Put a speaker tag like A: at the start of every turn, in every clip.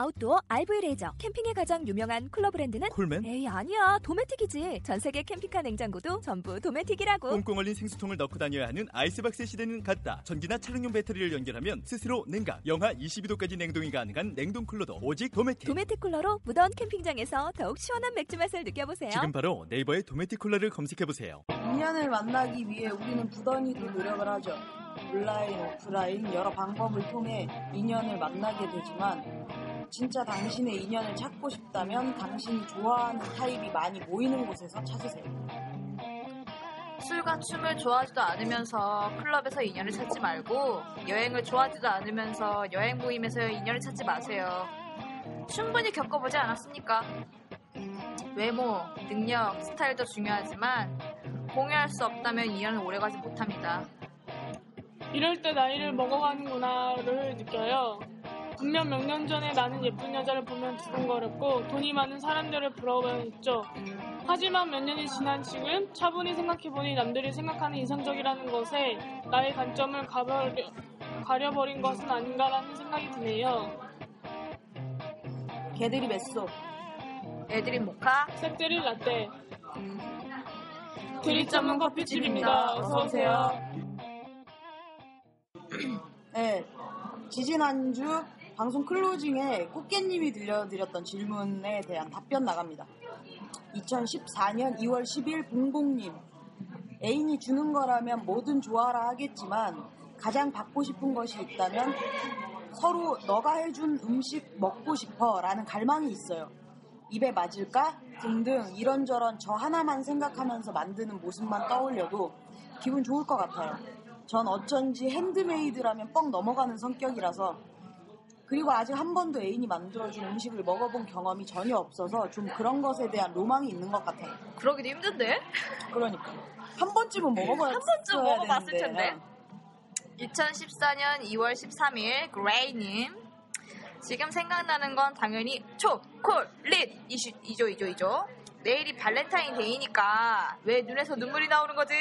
A: 아웃도어 RV 레저 캠핑에 가장 유명한 쿨러 브랜드는
B: 콜맨?
A: 에이 아니야 도메틱이지 전 세계 캠핑카 냉장고도 전부 도메틱이라고
B: 꽁꽁 얼린 생수통을 넣고 다녀야 하는 아이스박스 시대는 갔다. 전기나 차량용 배터리를 연결하면 스스로 냉각, 영하 22도까지 냉동이 가능한 냉동 쿨러도 오직 도메틱.
A: 도메틱 쿨러로 무더운 캠핑장에서 더욱 시원한 맥주 맛을 느껴보세요
B: 지금 바로 네이버에 도메틱 쿨러를 검색해 보세요.
C: 인연을 만나기 위해 우리는 부단히도 노력을 하죠. 온라인, 오프라인 여러 방법을 통해 인연을 만나게 되지만 진짜 당신의 인연을 찾고 싶다면 당신이 좋아하는 타입이 많이 모이는 곳에서 찾으세요.
D: 술과 춤을 좋아하지도 않으면서 클럽에서 인연을 찾지 말고 여행을 좋아하지도 않으면서 여행 모임에서 인연을 찾지 마세요. 충분히 겪어보지 않았습니까? 외모, 능력, 스타일도 중요하지만 공유할 수 없다면 인연은 오래가지 못합니다.
E: 이럴 때 나이를 먹어가는구나를 느껴요. 분명 몇 년 전에 나는 예쁜 여자를 보면 두근거렸고 돈이 많은 사람들을 부러워했죠. 하지만 몇 년이 지난 지금 차분히 생각해보니 남들이 생각하는 이상적이라는 것에 나의 관점을 가버려, 가려버린 것은 아닌가라는 생각이 드네요.
C: 개들이 뱃속,
D: 애들이 모카,
E: 색들이 라떼. 드립 전문 커피집입니다. 어서오세요.
C: 네. 지지난주 방송 클로징에 꽃게님이 들려드렸던 질문에 대한 답변 나갑니다. 2014년 2월 10일 봉봉님. 애인이 주는 거라면 뭐든 좋아라 하겠지만 가장 받고 싶은 것이 있다면 서로 너가 해준 음식 먹고 싶어 라는 갈망이 있어요. 입에 맞을까? 등등 이런저런 저 하나만 생각하면서 만드는 모습만 떠올려도 기분 좋을 것 같아요. 전 어쩐지 핸드메이드라면 뻥 넘어가는 성격이라서 그리고 아직 한 번도 애인이 만들어준 음식을 먹어본 경험이 전혀 없어서 좀 그런 것에 대한 로망이 있는 것 같아요.
D: 그러기도 힘든데?
C: 그러니까 한 번쯤은 먹어봐야
D: 한 번쯤 먹어봤을 텐데. 2014년 2월 13일 그레이님 지금 생각나는 건 당연히 초콜릿 이슈, 이죠 이죠 이죠 내일이 발렌타인데이니까 왜 눈에서 눈물이 나오는 거지?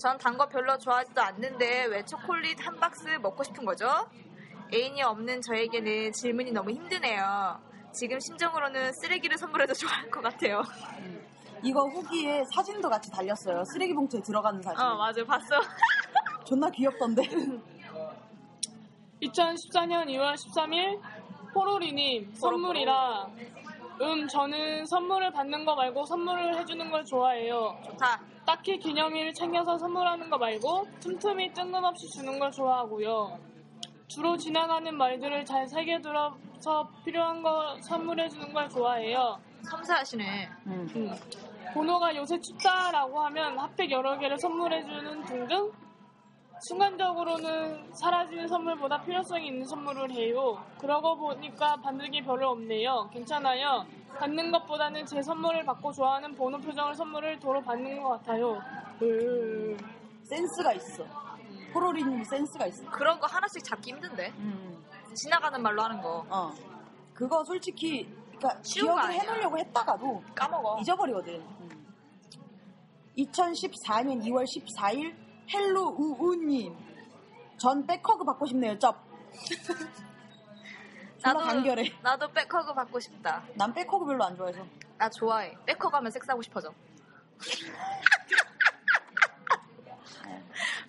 D: 전 단 거 별로 좋아하지도 않는데 왜 초콜릿 한 박스 먹고 싶은 거죠? 애인이 없는 저에게는 질문이 너무 힘드네요. 지금 심정으로는 쓰레기를 선물해도 좋아할 것 같아요.
C: 이거 후기에 사진도 같이 달렸어요. 쓰레기 봉투에 들어가는 사진.
D: 어, 맞아요. 봤어.
C: 존나 귀엽던데.
E: 2014년 2월 13일 포로리님 선물이라 음 저는 선물을 받는 거 말고 선물을 해주는 걸 좋아해요
D: 좋다.
E: 딱히 기념일 챙겨서 선물하는 거 말고 틈틈이 뜬금없이 주는 걸 좋아하고요 주로 지나가는 말들을 잘 새겨들어서 필요한 거 선물해주는 걸 좋아해요
D: 섬세하시네.
C: 음.
E: 음, 번호가 요새 춥다라고 하면 핫팩 여러 개를 선물해주는 등등 순간적으로는 사라지는 선물보다 필요성이 있는 선물을 해요. 그러고 보니까 받는 게 별로 없네요. 괜찮아요. 받는 것보다는 제 선물을 받고 좋아하는 번호 표정을 선물을 도로 받는 것 같아요. 으,
C: 센스가 있어. 포로리님 센스가 있어.
D: 그런 거 하나씩 잡기 힘든데.
C: 음.
D: 지나가는 말로 하는 거
C: 어. 그거 솔직히 그러니까
D: 쉬운 거
C: 기억을
D: 아니야.
C: 해놓으려고 했다가도
D: 까먹어.
C: 잊어버리거든. 음. 2014년 2월 14일 헬로 우우님 전 백허그 받고 싶네요. 쩝. 정말 간결해.
D: 나도 백허그 받고 싶다.
C: 난 백허그 별로 안 좋아해서.
D: 나 좋아해. 백허그 하면 섹스하고 싶어져.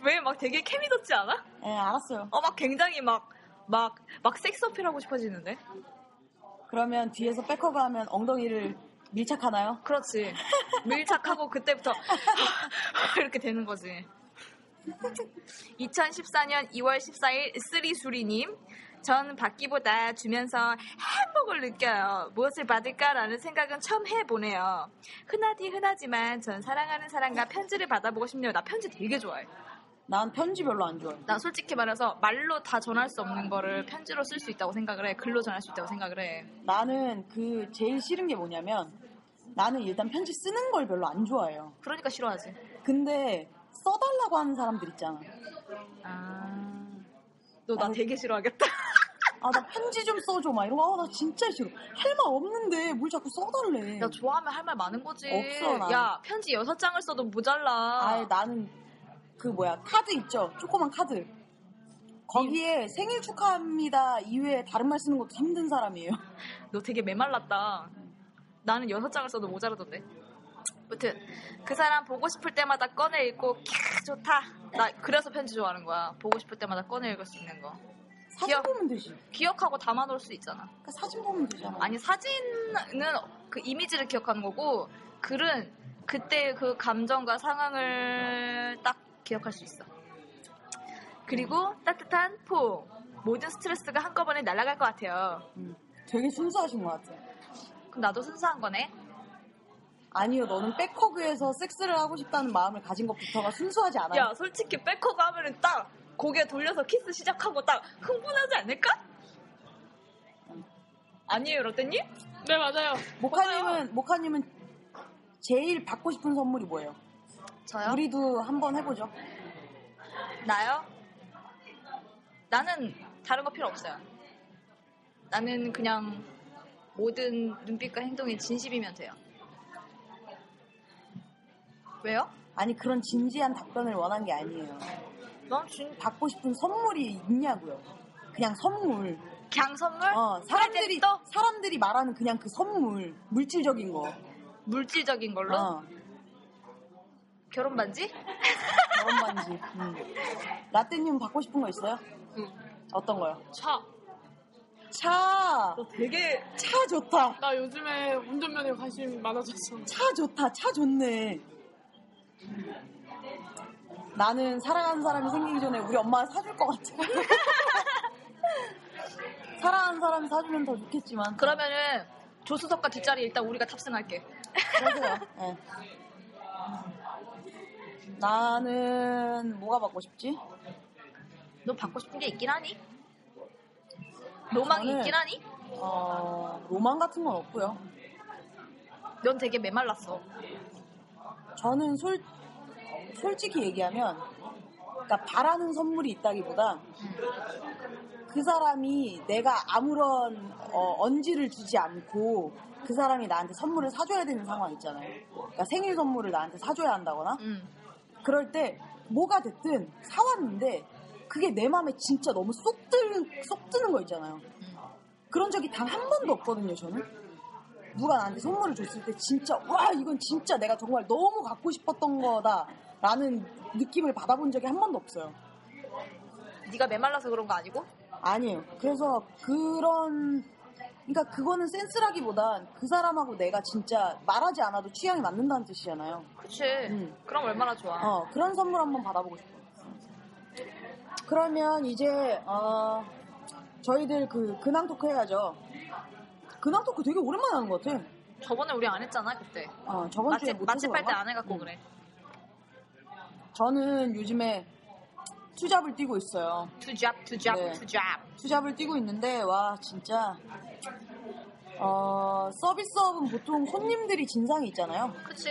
D: 왜 막 되게 케미돋지 않아?
C: 예, 알았어요.
D: 어 막 굉장히 막 막 막 섹스 어필하고 싶어지는데?
C: 그러면 뒤에서 백허그 하면 엉덩이를 밀착하나요?
D: 그렇지. 밀착하고 그때부터 이렇게 되는 거지. 2014년 2월 14일 쓰리수리님 전 받기보다 주면서 행복을 느껴요. 무엇을 받을까라는 생각은 처음 해보네요. 흔하디 흔하지만 전 사랑하는 사람과 편지를 받아보고 싶네요. 나 편지 되게 좋아해.
C: 난 편지 별로 안 좋아해.
D: 나 솔직히 말해서 말로 다 전할 수 없는 거를 편지로 쓸 수 있다고 생각을 해. 글로 전할 수 있다고 생각을 해.
C: 나는 그 제일 싫은 게 뭐냐면 나는 일단 편지 쓰는 걸 별로 안 좋아해요.
D: 그러니까 싫어하지.
C: 근데 써달라고 하는 사람들 있잖아.
D: 아. 너 나 되게 싫어하겠다.
C: 아, 나 편지 좀 써줘. 막 이러고, 아, 나 진짜 싫어. 할 말 없는데 뭘 자꾸 써달래.
D: 야, 좋아하면 할 말 많은 거지.
C: 네. 없어, 난.
D: 야, 편지 여섯 장을 써도 모자라.
C: 아, 나는 그 뭐야, 카드 있죠? 조그만 카드. 거기에 생일 축하합니다 이외에 다른 말 쓰는 것도 힘든 사람이에요.
D: 너 되게 메말랐다. 나는 여섯 장을 써도 모자라던데. 무튼 그 사람 보고 싶을 때마다 꺼내 읽고 캬 좋다. 나 그래서 편지 좋아하는 거야. 보고 싶을 때마다 꺼내 읽을 수 있는 거.
C: 사진
D: 귀여워.
C: 보면 되지.
D: 기억하고 담아놓을 수 있잖아.
C: 그러니까 사진 보면 되잖아.
D: 아니 사진은 그 이미지를 기억하는 거고 글은 그때 그 감정과 상황을 딱 기억할 수 있어. 그리고 따뜻한 포 모든 스트레스가 한꺼번에 날아갈 것 같아요.
C: 음, 되게 순수하신 것 같아.
D: 그럼 나도 순수한 거네.
C: 아니요, 너는 백허그에서 섹스를 하고 싶다는 마음을 가진 것부터가 순수하지 않아요.
D: 야, 솔직히 백허그 하면은 딱 고개 돌려서 키스 시작하고 딱 흥분하지 않을까? 아니에요, 롯데님?
E: 네, 맞아요.
C: 모카님은 모카님은 제일 받고 싶은 선물이 뭐예요?
D: 저요?
C: 우리도 한번 해보죠.
D: 나요? 나는 다른 거 필요 없어요. 나는 그냥 모든 눈빛과 행동이 진심이면 돼요. 왜요?
C: 아니 그런 진지한 답변을 원한 게 아니에요.
D: 넌 준,
C: 받고 싶은 선물이 있냐고요. 그냥 선물.
D: 그냥 선물?
C: 어, 사람들이
D: 프레젠토?
C: 사람들이 말하는 그냥 그 선물, 물질적인 거.
D: 물질적인 걸로?
C: 어,
D: 결혼 반지?
C: 결혼 반지. 음. 라떼님 받고 싶은 거 있어요?
E: 응.
C: 어떤 거요?
E: 차.
C: 차.
D: 되게
C: 차 좋다.
E: 나 요즘에 운전면허 관심이 많아졌어.
C: 차 좋다. 차 좋네. 나는 사랑하는 사람이 생기기 전에 우리 엄마가 사줄 것 같아. 사랑하는 사람이 사주면 더 좋겠지만.
D: 그러면은 조수석과 뒷자리 일단 우리가 탑승할게.
C: 그러세요. 예. 나는 뭐가 받고 싶지?
D: 너 받고 싶은 게 있긴 하니? 로망이
C: 저는-
D: 있긴 하니?
C: 어, 로망 같은 건 없고요.
D: 넌 되게 메말랐어.
C: 저는 솔, 솔직히 얘기하면, 그러니까 바라는 선물이 있다기보다 그 사람이 내가 아무런 어, 언지를 주지 않고 그 사람이 나한테 선물을 사줘야 되는 상황 있잖아요. 그러니까 생일 선물을 나한테 사줘야 한다거나
D: 응.
C: 그럴 때 뭐가 됐든 사왔는데 그게 내 마음에 진짜 너무 쏙 드는 쏙 드는 거 있잖아요. 그런 적이 단 한 번도 없거든요. 저는 누가 나한테 선물을 줬을 때 진짜 와 이건 진짜 내가 정말 너무 갖고 싶었던 거다라는 느낌을 받아본 적이 한 번도 없어요.
D: 네가 메말라서 그런 거 아니고?
C: 아니에요. 그래서 그런 그러니까 그거는 센스라기보단 그 사람하고 내가 진짜 말하지 않아도 취향이 맞는다는 뜻이잖아요.
D: 그치.
C: 음.
D: 그럼 얼마나 좋아.
C: 어, 그런 선물 한번 받아보고 싶어요. 그러면 이제, 어, 저희들 그, 근황 토크 해야죠. 근황 토크 되게 오랜만에 하는 것 같아.
D: 저번에 우리 안 했잖아, 그때.
C: 어, 저번 주에
D: 맛집,
C: 못 음.
D: 맛집 할 때 안 해갖고 그래.
C: 저는 요즘에 투잡을 뛰고 있어요.
D: 투잡, 투잡,
C: 네.
D: 투잡.
C: 투잡을 뛰고 있는데, 와, 진짜. 어, 서비스업은 보통 손님들이 진상이 있잖아요.
D: 그치.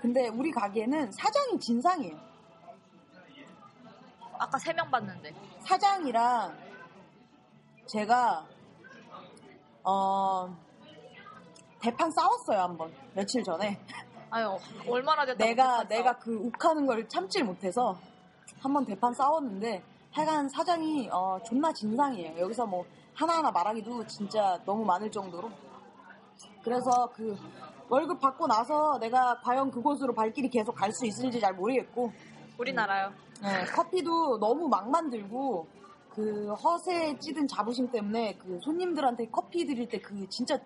C: 근데 우리 가게는 사장이 진상이에요.
D: 아까 세 명 봤는데.
C: 사장이랑 제가 어 대판 싸웠어요 한번 며칠 전에
D: 아유, 얼마나 됐다.
C: 내가 내가 그 욱하는 걸 참질 못해서 한번 대판 싸웠는데 하여간 사장이 어 존나 진상이에요 여기서 뭐 하나하나 말하기도 진짜 너무 많을 정도로 그래서 그 월급 받고 나서 내가 과연 그곳으로 발길이 계속 갈 수 있을지 잘 모르겠고
D: 우리나라요.
C: 네, 커피도 너무 막 만들고 그 허세에 찌든 자부심 때문에 그 손님들한테 커피 드릴 때 그 진짜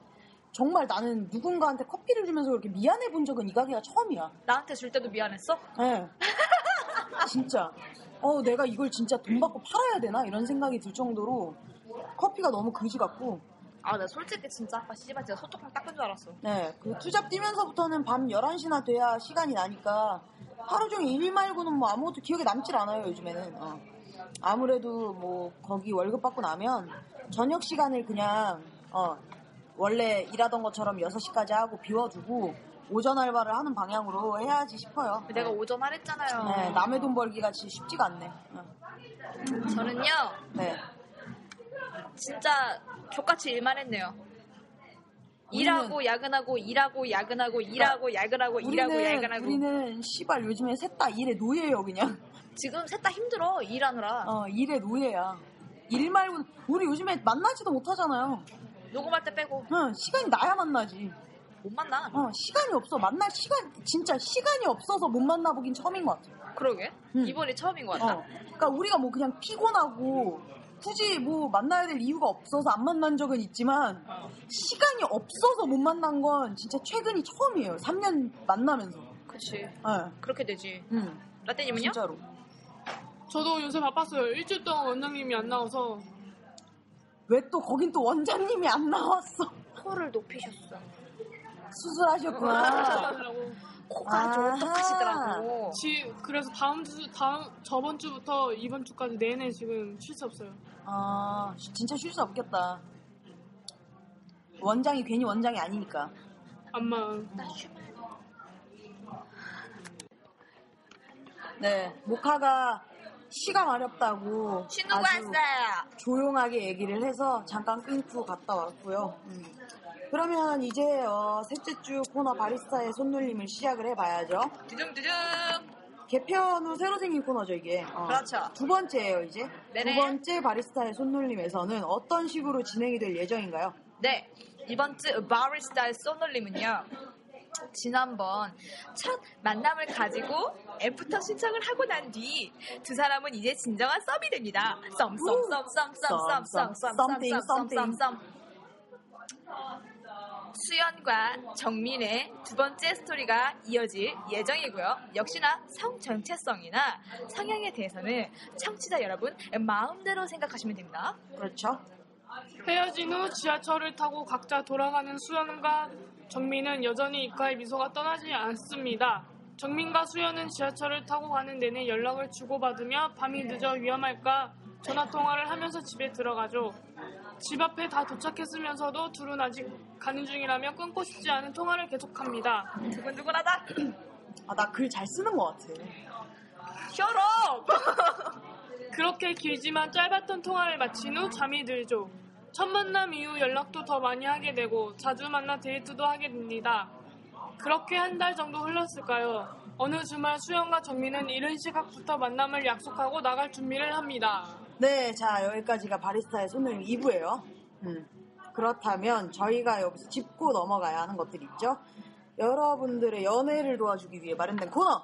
C: 정말 나는 누군가한테 커피를 주면서 그렇게 미안해 본 적은 이 가게가 처음이야.
D: 나한테 줄 때도 미안했어?
C: 네. 진짜. 어, 내가 이걸 진짜 돈 받고 팔아야 되나? 이런 생각이 들 정도로 커피가 너무 그지 같고.
D: 아, 나 솔직히 진짜 아까 씨발 진짜 소뚜껑 닦은 줄 알았어.
C: 네. 그 투잡 뛰면서부터는 밤 11시나 돼야 시간이 나니까 하루 종일 일 말고는 뭐 아무것도 기억에 남질 않아요, 요즘에는. 어. 아무래도 뭐 거기 월급 받고 나면 저녁 시간을 그냥 어, 원래 일하던 것처럼 6시까지 하고 비워두고 오전 알바를 하는 방향으로 해야지 싶어요.
D: 그 내가 오전 말했잖아요.
C: 네, 남의 돈 벌기 같이 쉽지가 않네. 어.
D: 저는요
C: 네.
D: 진짜 족같이 일만 했네요. 일하고 야근하고 일하고 야근하고 일하고 야근하고
C: 그러니까
D: 일하고
C: 우리는,
D: 야근하고
C: 우리는 씨발 요즘에 셋 다 일의 노예예요 그냥.
D: 지금 셋 다 힘들어 일하느라
C: 어, 일의 노예야. 일 말고 우리 요즘에 만나지도 못하잖아요.
D: 녹음할 때 빼고
C: 응, 시간이 나야 만나지.
D: 못 만나.
C: 어, 시간이 없어. 만날 시간, 진짜 시간이 없어서 못 만나보긴 처음인 것 같아.
D: 그러게
C: 음.
D: 이번이 처음인 것 같다.
C: 어. 그러니까 우리가 뭐 그냥 피곤하고 굳이 뭐 만나야 될 이유가 없어서 안 만난 적은 있지만 시간이 없어서 못 만난 건 진짜 최근이 처음이에요. 3년 만나면서.
D: 그렇지
C: 예.
D: 그렇게 되지.
C: 응.
D: 라떼님은요?
C: 진짜로.
E: 저도 요새 바빴어요. 일주일 동안 원장님이 안 나와서
C: 왜 또 거긴 또 원장님이 안 나왔어?
D: 코를 높이셨어.
C: 아. 수술하셨구나.
E: 하느라고.
D: 아, 코가 좀
C: 아하. 아.
D: 어떡하시더라고.
E: 지- 그래서 다음 주 다음 저번 주부터 이번 주까지 내내 지금 쉴 수 없어요.
C: 아, 시- 진짜 쉴 수 없겠다. 원장이 괜히 원장이 아니니까.
E: 안마
C: 네, 모카가 시간 어렵다고
D: 친구가
C: 아주
D: 왔어요.
C: 조용하게 얘기를 해서 잠깐 끊고 갔다 왔고요. 음. 그러면 이제 어, 셋째 주 코너 바리스타의 손놀림을 시작을 해봐야죠.
D: 두둥두둥.
C: 개편 후 새로 생긴 코너죠 이게. 어.
D: 그렇죠.
C: 두 번째예요 이제.
D: 네네.
C: 두 번째 바리스타의 손놀림에서는 어떤 식으로 진행이 될 예정인가요?
D: 네. 이번 주 바리스타의 쏘놀림은요. 지난번 첫 만남을 가지고 애프터 신청을 하고 난 뒤 두 사람은 이제 진정한 썸이 됩니다. 썸, 썸, 썸, 썸, 썸, 썸, 썸, 썸, 썸, 썸, 썸, 썸, 썸. 수연과 정민의 두 번째 스토리가 이어질 예정이고요. 역시나 성 정체성이나 성향에 대해서는 청취자 여러분 마음대로 생각하시면 됩니다.
C: 그렇죠.
E: 헤어진 후 지하철을 타고 각자 돌아가는 수연과 정민은 여전히 입가에 미소가 떠나지 않습니다. 정민과 수연은 지하철을 타고 가는 내내 연락을 주고받으며 밤이 늦어 위험할까 전화 통화를 하면서 집에 들어가죠. 집 앞에 다 도착했으면서도 둘은 아직 가는 중이라며 끊고 싶지 않은 통화를 계속합니다.
D: 두근두근하다.
C: 아 나 글 잘 쓰는 것 같아.
D: 혈업!
E: 그렇게 길지만 짧았던 통화를 마친 후 잠이 들죠. 첫 만남 이후 연락도 더 많이 하게 되고 자주 만나 데이트도 하게 됩니다. 그렇게 한 달 정도 흘렀을까요? 어느 주말 수영과 정민은 이른 시각부터 만남을 약속하고 나갈 준비를 합니다.
C: 네, 자 여기까지가 바리스타의 손님 2부예요. 음. 그렇다면 저희가 여기서 짚고 넘어가야 하는 것들이 있죠. 여러분들의 연애를 도와주기 위해 마련된 코너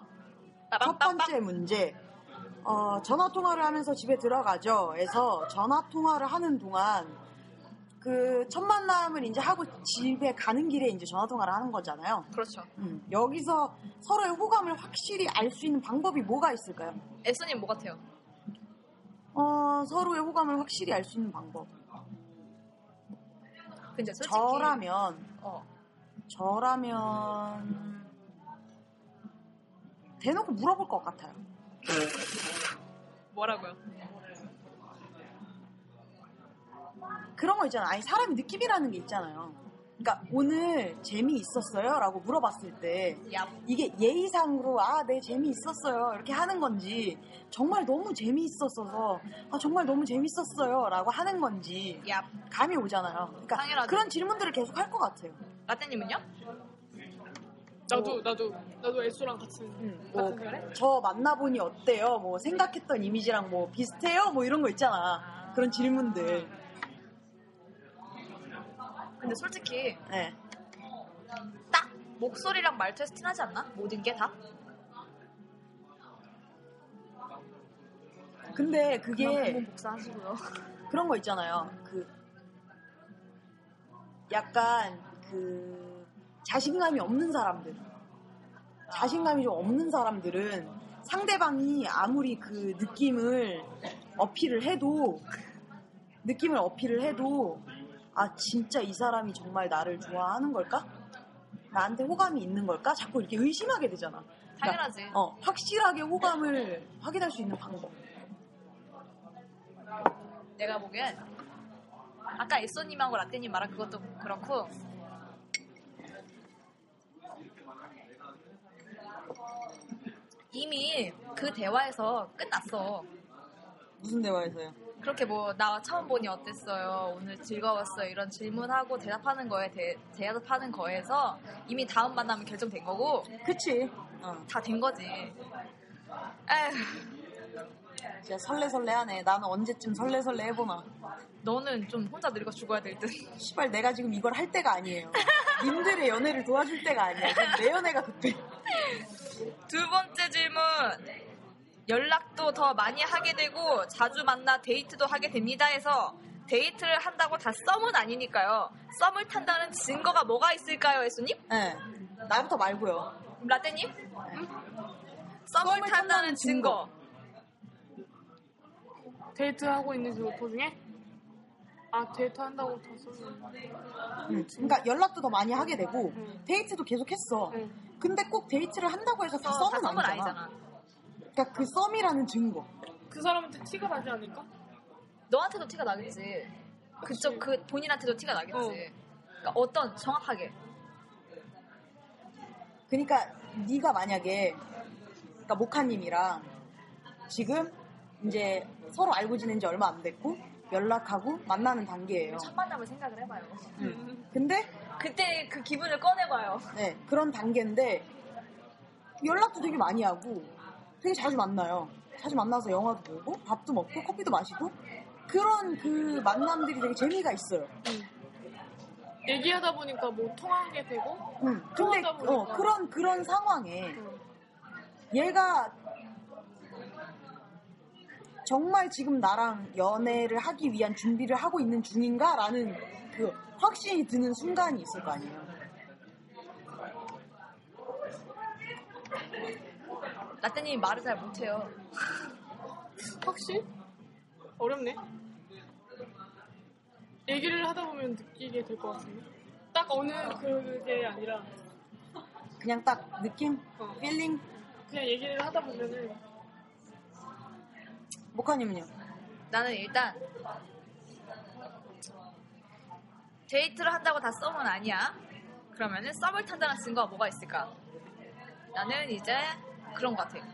C: 첫 번째 문제. 어, 전화 통화를 하면서 집에 들어가죠.에서 전화 통화를 하는 동안 그 첫 만남을 이제 하고 집에 가는 길에 이제 전화 통화를 하는 거잖아요.
D: 그렇죠.
C: 음, 여기서 서로의 호감을 확실히 알 수 있는 방법이 뭐가 있을까요?
D: 애써님 뭐 같아요?
C: 어, 서로의 호감을 확실히 알 수 있는 방법.
D: 근데 솔직히
C: 저라면
D: 어,
C: 저라면 대놓고 물어볼 것 같아요.
D: 뭐라고요?
C: 그런 거 있잖아요. 아니 사람이 느낌이라는 게 있잖아요. 그러니까 오늘 재미 있었어요라고 물어봤을 때
D: 야,
C: 이게 예의상으로 아, 네 재미 있었어요 이렇게 하는 건지 정말 너무 재미 있었어서 아 정말 너무 재밌었어요라고 하는 건지
D: 야.
C: 감이 오잖아요. 그러니까
D: 당연하죠.
C: 그런 질문들을 계속 할 것 같아요.
D: 라떼님은요?
E: 나도 나도 나도 애수랑 같이
C: 뭐, 저 만나보니 어때요? 뭐, 생각했던 이미지랑 뭐, 비슷해요? 뭐, 이런 거 있잖아. 그런 질문들.
D: 근데 솔직히
C: 네.
D: 딱 목소리랑 말투에서 티나지 않나? 모든 게 다?
C: 근데
D: 그냥
C: 그게
D: 부분 복사하시고요.
C: 그런 거 있잖아요. 그, 약간, 그, 자신감이 없는 사람들. 자신감이 좀 없는 사람들은 상대방이 아무리 그 느낌을 어필을 해도, 느낌을 어필을 해도, 아, 진짜 이 사람이 정말 나를 좋아하는 걸까? 나한테 호감이 있는 걸까? 자꾸 이렇게 의심하게 되잖아.
D: 당연하지.
C: 어, 확실하게 호감을 확인할 수 있는 방법.
D: 내가 보기엔 아까 애써님하고 라떼님 말한 그것도 그렇고 이미 그 대화에서 끝났어.
C: 무슨 대화에서요?
D: 그렇게 뭐 나 처음 보니 어땠어요? 오늘 즐거웠어요? 이런 질문하고 대답하는 거에 대, 대답하는 거에서 이미 다음 만남은 결정된 거고
C: 그치. 어.
D: 다 된 거지. 에휴,
C: 진짜 설레설레하네. 나는 언제쯤 설레설레 해보나.
D: 너는 좀 혼자 늙어 죽어야 될 듯.
C: 시발 내가 지금 이걸 할 때가 아니에요. 님들의 연애를 도와줄 때가 아니야. 지금 내 연애가 급해.
D: 두 번째 질문. 연락도 더 많이 하게 되고 자주 만나 데이트도 하게 됩니다 해서 데이트를 한다고 다 썸은 아니니까요. 썸을 탄다는 증거가 뭐가 있을까요, 예수님?
C: 예. 나부터 말고요.
D: 라떼님? 응? 썸을 탄다는 증거.
E: 데이트하고 있는 그 도중에? 아, 데이트한다고 다 썼는데.
C: 음, 그러니까 연락도 더 많이 하게 되고
E: 음.
C: 데이트도 계속 했어.
E: 응.
C: 근데 꼭 데이트를 한다고 해서 다
D: 어, 다
C: 썸은
D: 썸은
C: 아니잖아.
D: 아니잖아.
C: 그러니까 그 썸이라는 증거.
E: 그 사람한테 티가 나지 않을까?
D: 너한테도 티가 나겠지. 그쪽 그 본인한테도 티가 나겠지.
E: 어.
D: 그러니까 어떤 정확하게.
C: 그러니까 네가 만약에 그러니까 모카님이랑 지금 이제 서로 알고 지낸 지 얼마 안 됐고 연락하고 만나는 단계예요.
D: 첫 만남을 생각을 해봐요.
C: 음. 근데
D: 그때 그 기분을 꺼내봐요.
C: 네, 그런 단계인데 연락도 되게 많이 하고 되게 자주 만나요. 자주 만나서 영화도 보고 밥도 먹고 커피도 마시고 그런 그 만남들이 되게 재미가 있어요.
E: 얘기하다 보니까 뭐 통하게 되고?
C: 음, 근데
E: 그러다 보니까.
C: 어, 그런 그런 상황에
E: 응.
C: 얘가 정말 지금 나랑 연애를 하기 위한 준비를 하고 있는 중인가라는 그 확신이 드는 순간이 있을 거 아니에요.
D: 라떼님이 말을 잘 못해요.
E: 확실? 어렵네. 얘기를 하다 보면 느끼게 될 것 같은데. 딱 어느 그게 아니라
C: 그냥 딱 느낌,
E: 어.
C: 필링.
E: 그냥 얘기를 하다 보면은
C: 목하님은요?
D: 나는 일단 데이트를 한다고 다 썸은 아니야. 그러면은 썸을 탄다는 증거가 뭐가 있을까? 나는 이제 그런 것 같아.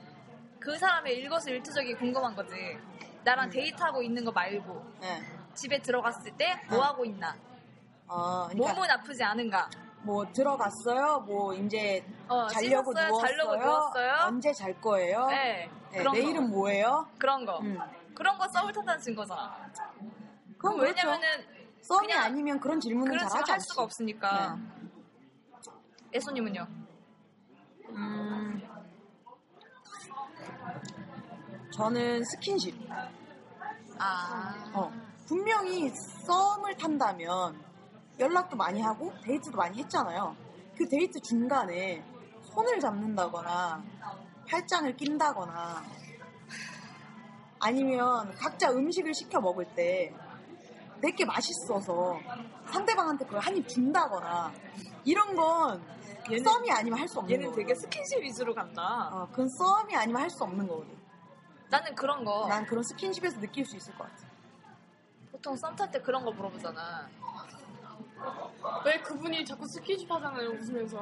D: 그 사람의 일거수일투족이 궁금한 거지.
C: 음.
D: 나랑 데이트하고 있는 거 말고
C: 네.
D: 집에 들어갔을 때 뭐
C: 응.
D: 하고 있나?
C: 어, 아. 그러니까
D: 몸은 아프지 않은가?
C: 뭐 들어갔어요. 뭐 이제
D: 어,
C: 자려고
D: 씻었어요?
C: 누웠어요.
D: 자려고 누웠어요?
C: 언제 잘 거예요?
D: 네,
C: 네,
D: 그런
C: 내일은
D: 거. 어.
C: 뭐예요?
D: 그런 거.
C: 음.
D: 그런 거 썸을 탄다는 증거잖아.
C: 그럼 왜냐면은
D: 뭐 왜냐면은
C: 썸이
D: 그냥
C: 아니면 그런 질문은 잘
D: 그런 식으로
C: 하지
D: 그렇죠. 할
C: 않지.
D: 수가 없으니까. 네. 예수님은요?
C: 음, 저는 스킨십.
D: 아.
C: 어, 분명히 썸을 탄다면 연락도 많이 하고 데이트도 많이 했잖아요. 그 데이트 중간에 손을 잡는다거나 팔짱을 낀다거나 아니면 각자 음식을 시켜 먹을 때 내게 맛있어서 상대방한테 그걸 한 입 준다거나 이런 건 썸이 아니면 할 수 없는 거예요.
D: 스킨십 위주로 간다.
C: 어, 그건 썸이 아니면 할 수 없는 거거든.
D: 나는 그런 거.
C: 난 그런 스킨십에서 느낄 수 있을 것 같아.
D: 보통 썸 탈 때 그런 거 물어보잖아.
E: 왜 그분이 자꾸 스킨십 하잖아요 웃으면서.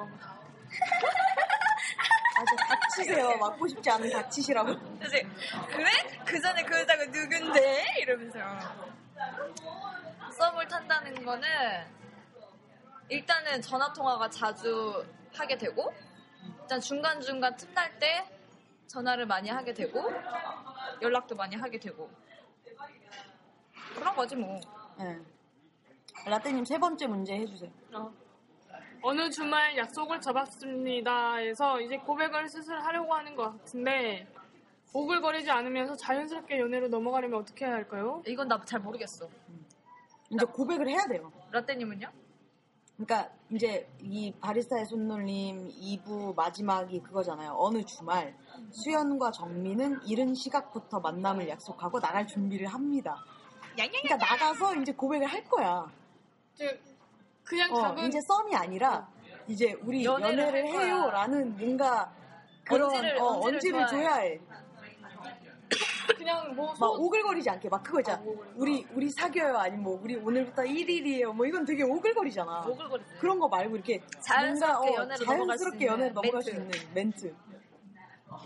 C: 아저 닥치세요. 맞고 싶지 않은 닥치시라고.
D: 그치? 그래? 그 전에 그 여자가 누군데? 이러면서. 썸을 탄다는 거는 일단은 전화통화가 자주 하게 되고, 일단 중간중간 틈날 때 전화를 많이 하게 되고, 연락도 많이 하게 되고. 그런 거지 뭐.
C: 예. 라떼님 세 번째 문제 해주세요.
E: 어. 어느 주말 약속을 잡았습니다에서 이제 고백을 슬슬 하려고 하는 것 같은데 오글거리지 않으면서 자연스럽게 연애로 넘어가려면 어떻게 해야 할까요?
D: 이건 나 잘 모르겠어.
C: 이제 고백을 해야 돼요.
D: 라떼님은요?
C: 그러니까 이제 이 바리스타의 손놀림 2부 마지막이 그거잖아요. 어느 주말 수연과 정민은 이른 시각부터 만남을 약속하고 나갈 준비를 합니다.
D: 양양양.
C: 그러니까 나가서 이제 고백을 할 거야.
E: 이제 그냥
C: 어,
E: 답은
C: 이제 썸이 아니라 이제 우리
D: 연애를
C: 연애를,
D: 할 거야.
C: 해요라는 뭔가 그런
D: 언지를-
C: 어,
D: 언지를
C: 언지를
D: 줘야
C: 줘야 해.
E: 그냥 뭐
C: 막
E: 소-
C: 오글거리지 않게 막 그거 있잖아.
E: 아, 오글거리는
C: 우리 우리 사귀어요 아니면 뭐 우리 오늘부터 1일이에요 뭐 이건 되게 오글거리잖아.
D: 오글거리지.
C: 그런 거 말고 이렇게
D: 자연스럽게
C: 뭔가,
D: 연애로 넘어갈 수
C: 자연스럽게
D: 있는
C: 연애로 넘어갈 수
D: 멘트.
C: 있는 멘트.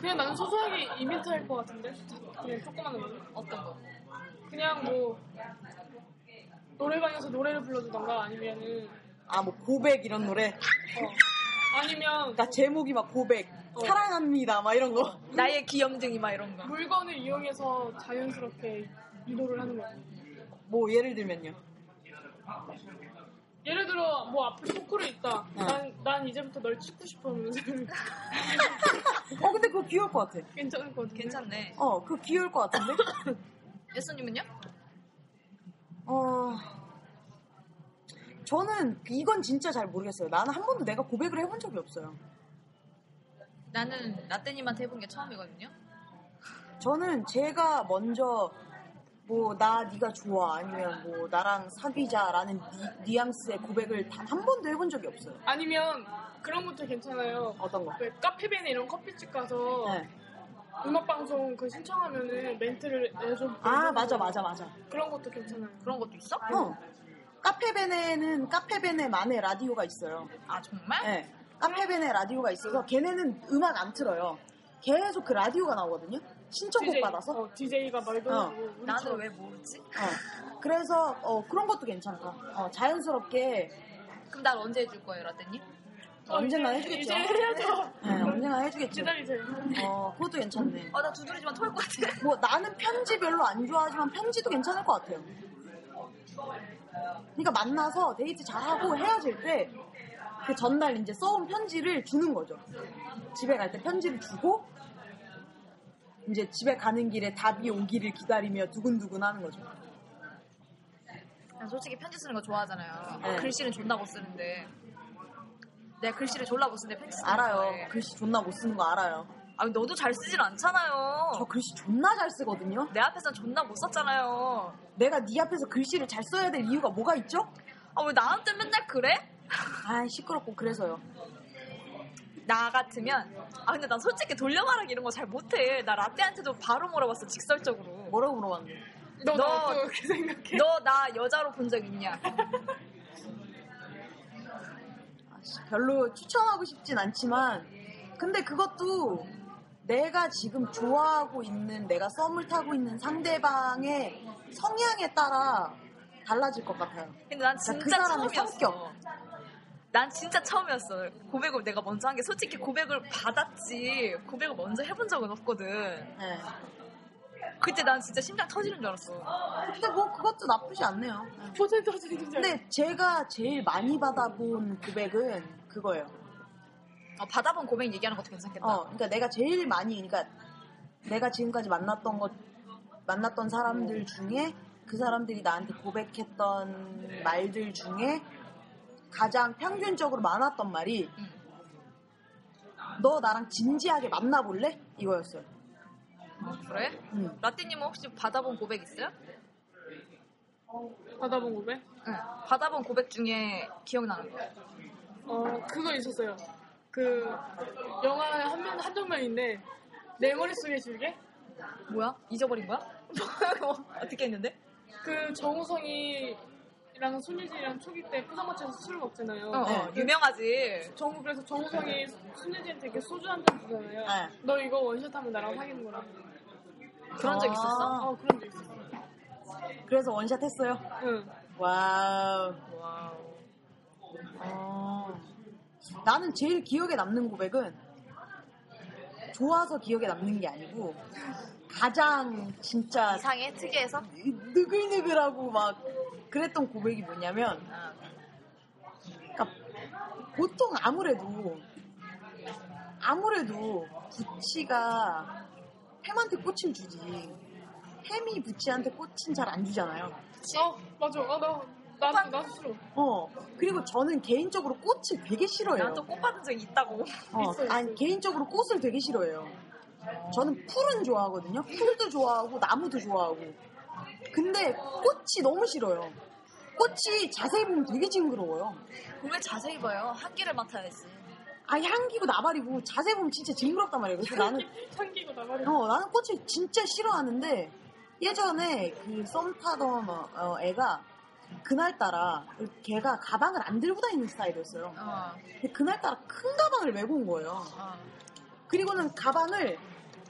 E: 그냥 나는 소소하게 이벤트 할 것 같은데 그냥 조그만 거
D: 어떤 거?
E: 그냥 뭐 노래방에서 노래를 불러주던가 아니면은
C: 아, 뭐, 고백 이런 노래.
E: 어 아니면
C: 그러니까 제목이 막 고백,
E: 어.
C: 사랑합니다, 막 이런 거.
D: 나의 귀염둥이 막 이런 거.
E: 물건을 이용해서 자연스럽게 유도를 하는 거야.
C: 뭐, 예를 들면요.
E: 예를 들어 뭐 앞으로 포크를 있다. 난, 난 이제부터 널 치고 싶어 하면서
C: 어, 근데 그거 귀여울 것 같아.
E: 괜찮을 것 같아.
D: 괜찮네.
C: 어, 그거 귀여울 것 같은데?
D: 예수님은요?
C: 어, 저는 이건 진짜 잘 모르겠어요. 나는 한 번도 내가 고백을 해본 적이 없어요.
D: 나는 라떼님한테 해본 게 처음이거든요.
C: 저는 제가 먼저 뭐 나 네가 좋아 아니면 뭐 나랑 사귀자라는 니, 뉘앙스의 고백을 단 한 번도 해본 적이 없어요.
E: 아니면 그런 것도 괜찮아요.
C: 어떤 거?
E: 왜 카페베나 이런 커피집 가서
C: 네.
E: 음악 방송 그 신청하면은 멘트를 내줘.
C: 아 맞아 맞아 맞아.
E: 그런 것도 괜찮아요.
D: 그런 것도 있어?
C: 어. 카페베네는 카페베네만의 라디오가 있어요.
D: 아 정말?
C: 네. 카페베네 라디오가 있어서 걔네는 음악 안 틀어요. 계속 그 라디오가 나오거든요. 신청곡
E: DJ,
C: 받아서.
E: 어, DJ가 말도
C: 어.
E: 하고 우리
D: 나는
E: 집
D: 왜 모르지?
C: 어. 그래서 어, 그런 것도 괜찮다. 어, 자연스럽게
D: 그럼 날 언제 해줄 거예요, 라떼님?
E: 어,
C: 언젠가
E: 이제-
C: 해주겠죠.
E: 이제 해야죠.
C: 네, 언젠가 해주겠죠.
E: 기다리세요.
C: 어, 그것도 괜찮네.
D: 아 나 두드리지만 토할 것 같아.
C: 뭐 나는 편지 별로 안 좋아하지만 편지도 괜찮을 것 같아요. 그러니까 만나서 데이트 잘하고 헤어질 때 그 전날 이제 써온 편지를 주는 거죠. 집에 갈 때 편지를 주고 이제 집에 가는 길에 답이 오기를 기다리며 두근두근 하는 거죠.
D: 난 솔직히 편지 쓰는 거 좋아하잖아요.
C: 네.
D: 글씨는 존나 못 쓰는데. 내가 글씨를 졸라 못 쓰는데 편지 쓰는 거
C: 알아요.
D: 좋아해.
C: 글씨 존나 못 쓰는 거 알아요.
D: 아 너도 잘 쓰진 않잖아요.
C: 저 글씨 존나 잘 쓰거든요.
D: 내 앞에선 존나 못 썼잖아요.
C: 내가 네 앞에서 글씨를 잘 써야 될 이유가 뭐가 있죠?
D: 아 왜 나한테 맨날 그래?
C: 아 시끄럽고 그래서요.
D: 나 같으면 아 근데 난 솔직히 돌려 말하기 이런 거 잘 못해. 나 라떼한테도 바로 물어봤어 직설적으로.
C: 뭐라고 물어봤는데?
E: 너, 너그
D: 너-
E: 어떻게 생각해?
D: 너 나 여자로 본 적 있냐?
C: 별로 추천하고 싶진 않지만 근데 그것도 내가 지금 좋아하고 있는 내가 썸을 타고 있는 상대방의 성향에 따라 달라질 것 같아요.
D: 근데 난
C: 진짜
D: 진짜
C: 그 사람의
D: 처음이었어.
C: 성격.
D: 난 진짜 처음이었어. 고백을 내가 먼저 한 게 솔직히 고백을 받았지 고백을 먼저 해본 적은 없거든.
C: 네.
D: 그때 난 진짜 심장 터지는 줄 알았어.
C: 근데 뭐 그것도 나쁘지 않네요.
E: 퍼센트 퍼센트.
C: 근데 제가 제일 많이 받아본 고백은 그거예요.
D: 어, 받아본 고백 얘기하는 것도 괜찮겠다.
C: 어, 그러니까 내가 제일 많이, 그러니까 내가 지금까지 만났던 것, 만났던 사람들 중에 그 사람들이 나한테 고백했던 말들 중에 가장 평균적으로 많았던 말이
D: 음.
C: 너 나랑 진지하게 만나볼래? 이거였어요.
D: 어, 그래?
C: 음.
D: 라떼님은 혹시 받아본 고백 있어요?
E: 받아본 고백?
D: 응. 받아본 고백 중에 기억나는 거.
E: 어, 그거 있었어요. 그, 영화 한, 면, 한 장면인데, 내 머릿속에 줄게?
D: 뭐야? 잊어버린 거야? 뭐, 어떻게 했는데?
E: 그, 정우성이랑 손예진이랑 초기 때 포장마차에서 술을 먹잖아요.
D: 어, 어, 유명하지.
E: 정우, 그래서 정우성이 손예진한테 이렇게 소주 한 잔 주잖아요.
C: 네.
E: 너 이거 원샷하면 나랑 사귀는 거라.
D: 그런 적
C: 아.
D: 있었어?
E: 어, 그런 적 있었어.
C: 그래서 원샷 했어요.
E: 응.
C: 와우.
D: 와우.
C: 어. 나는 제일 기억에 남는 고백은 좋아서 기억에 남는 게 아니고 가장 진짜
D: 아, 이상해? 특이해서?
C: 느글느글하고 막 그랬던 고백이 뭐냐면
D: 아,
C: 그러니까 보통 아무래도 아무래도 부치가 햄한테 꽃을 주지 햄이 부치한테 꽃은 잘 안 주잖아요
E: 어, 맞아. 어, 나, 나도, 나도 싫어.
C: 어 그리고 저는 개인적으로 꽃을 되게 싫어해요
D: 난또 꽃 받은 적이 있다고.
C: 어,
E: 있어요,
C: 아니
E: 있어요.
C: 개인적으로 꽃을 되게 싫어해요. 저는 풀은 좋아하거든요. 풀도 좋아하고 나무도 좋아하고. 근데 꽃이 너무 싫어요. 꽃이 자세히 보면 되게 징그러워요.
D: 고백 자세히 봐요. 한기를 맡아야지.
C: 아 향기고 나발이고 자세히 보면 진짜 징그럽단 말이에요. 그래서 나는
E: 참기고 나가려.
C: 어 나는 꽃을 진짜 싫어하는데 예전에 그 썸 타던 어, 어, 애가 그날따라 걔가 가방을 안 들고 다니는 스타일이었어요.
D: 어,
C: 근데 그날따라 큰 가방을 메고 온 거예요.
D: 어.
C: 그리고는 가방을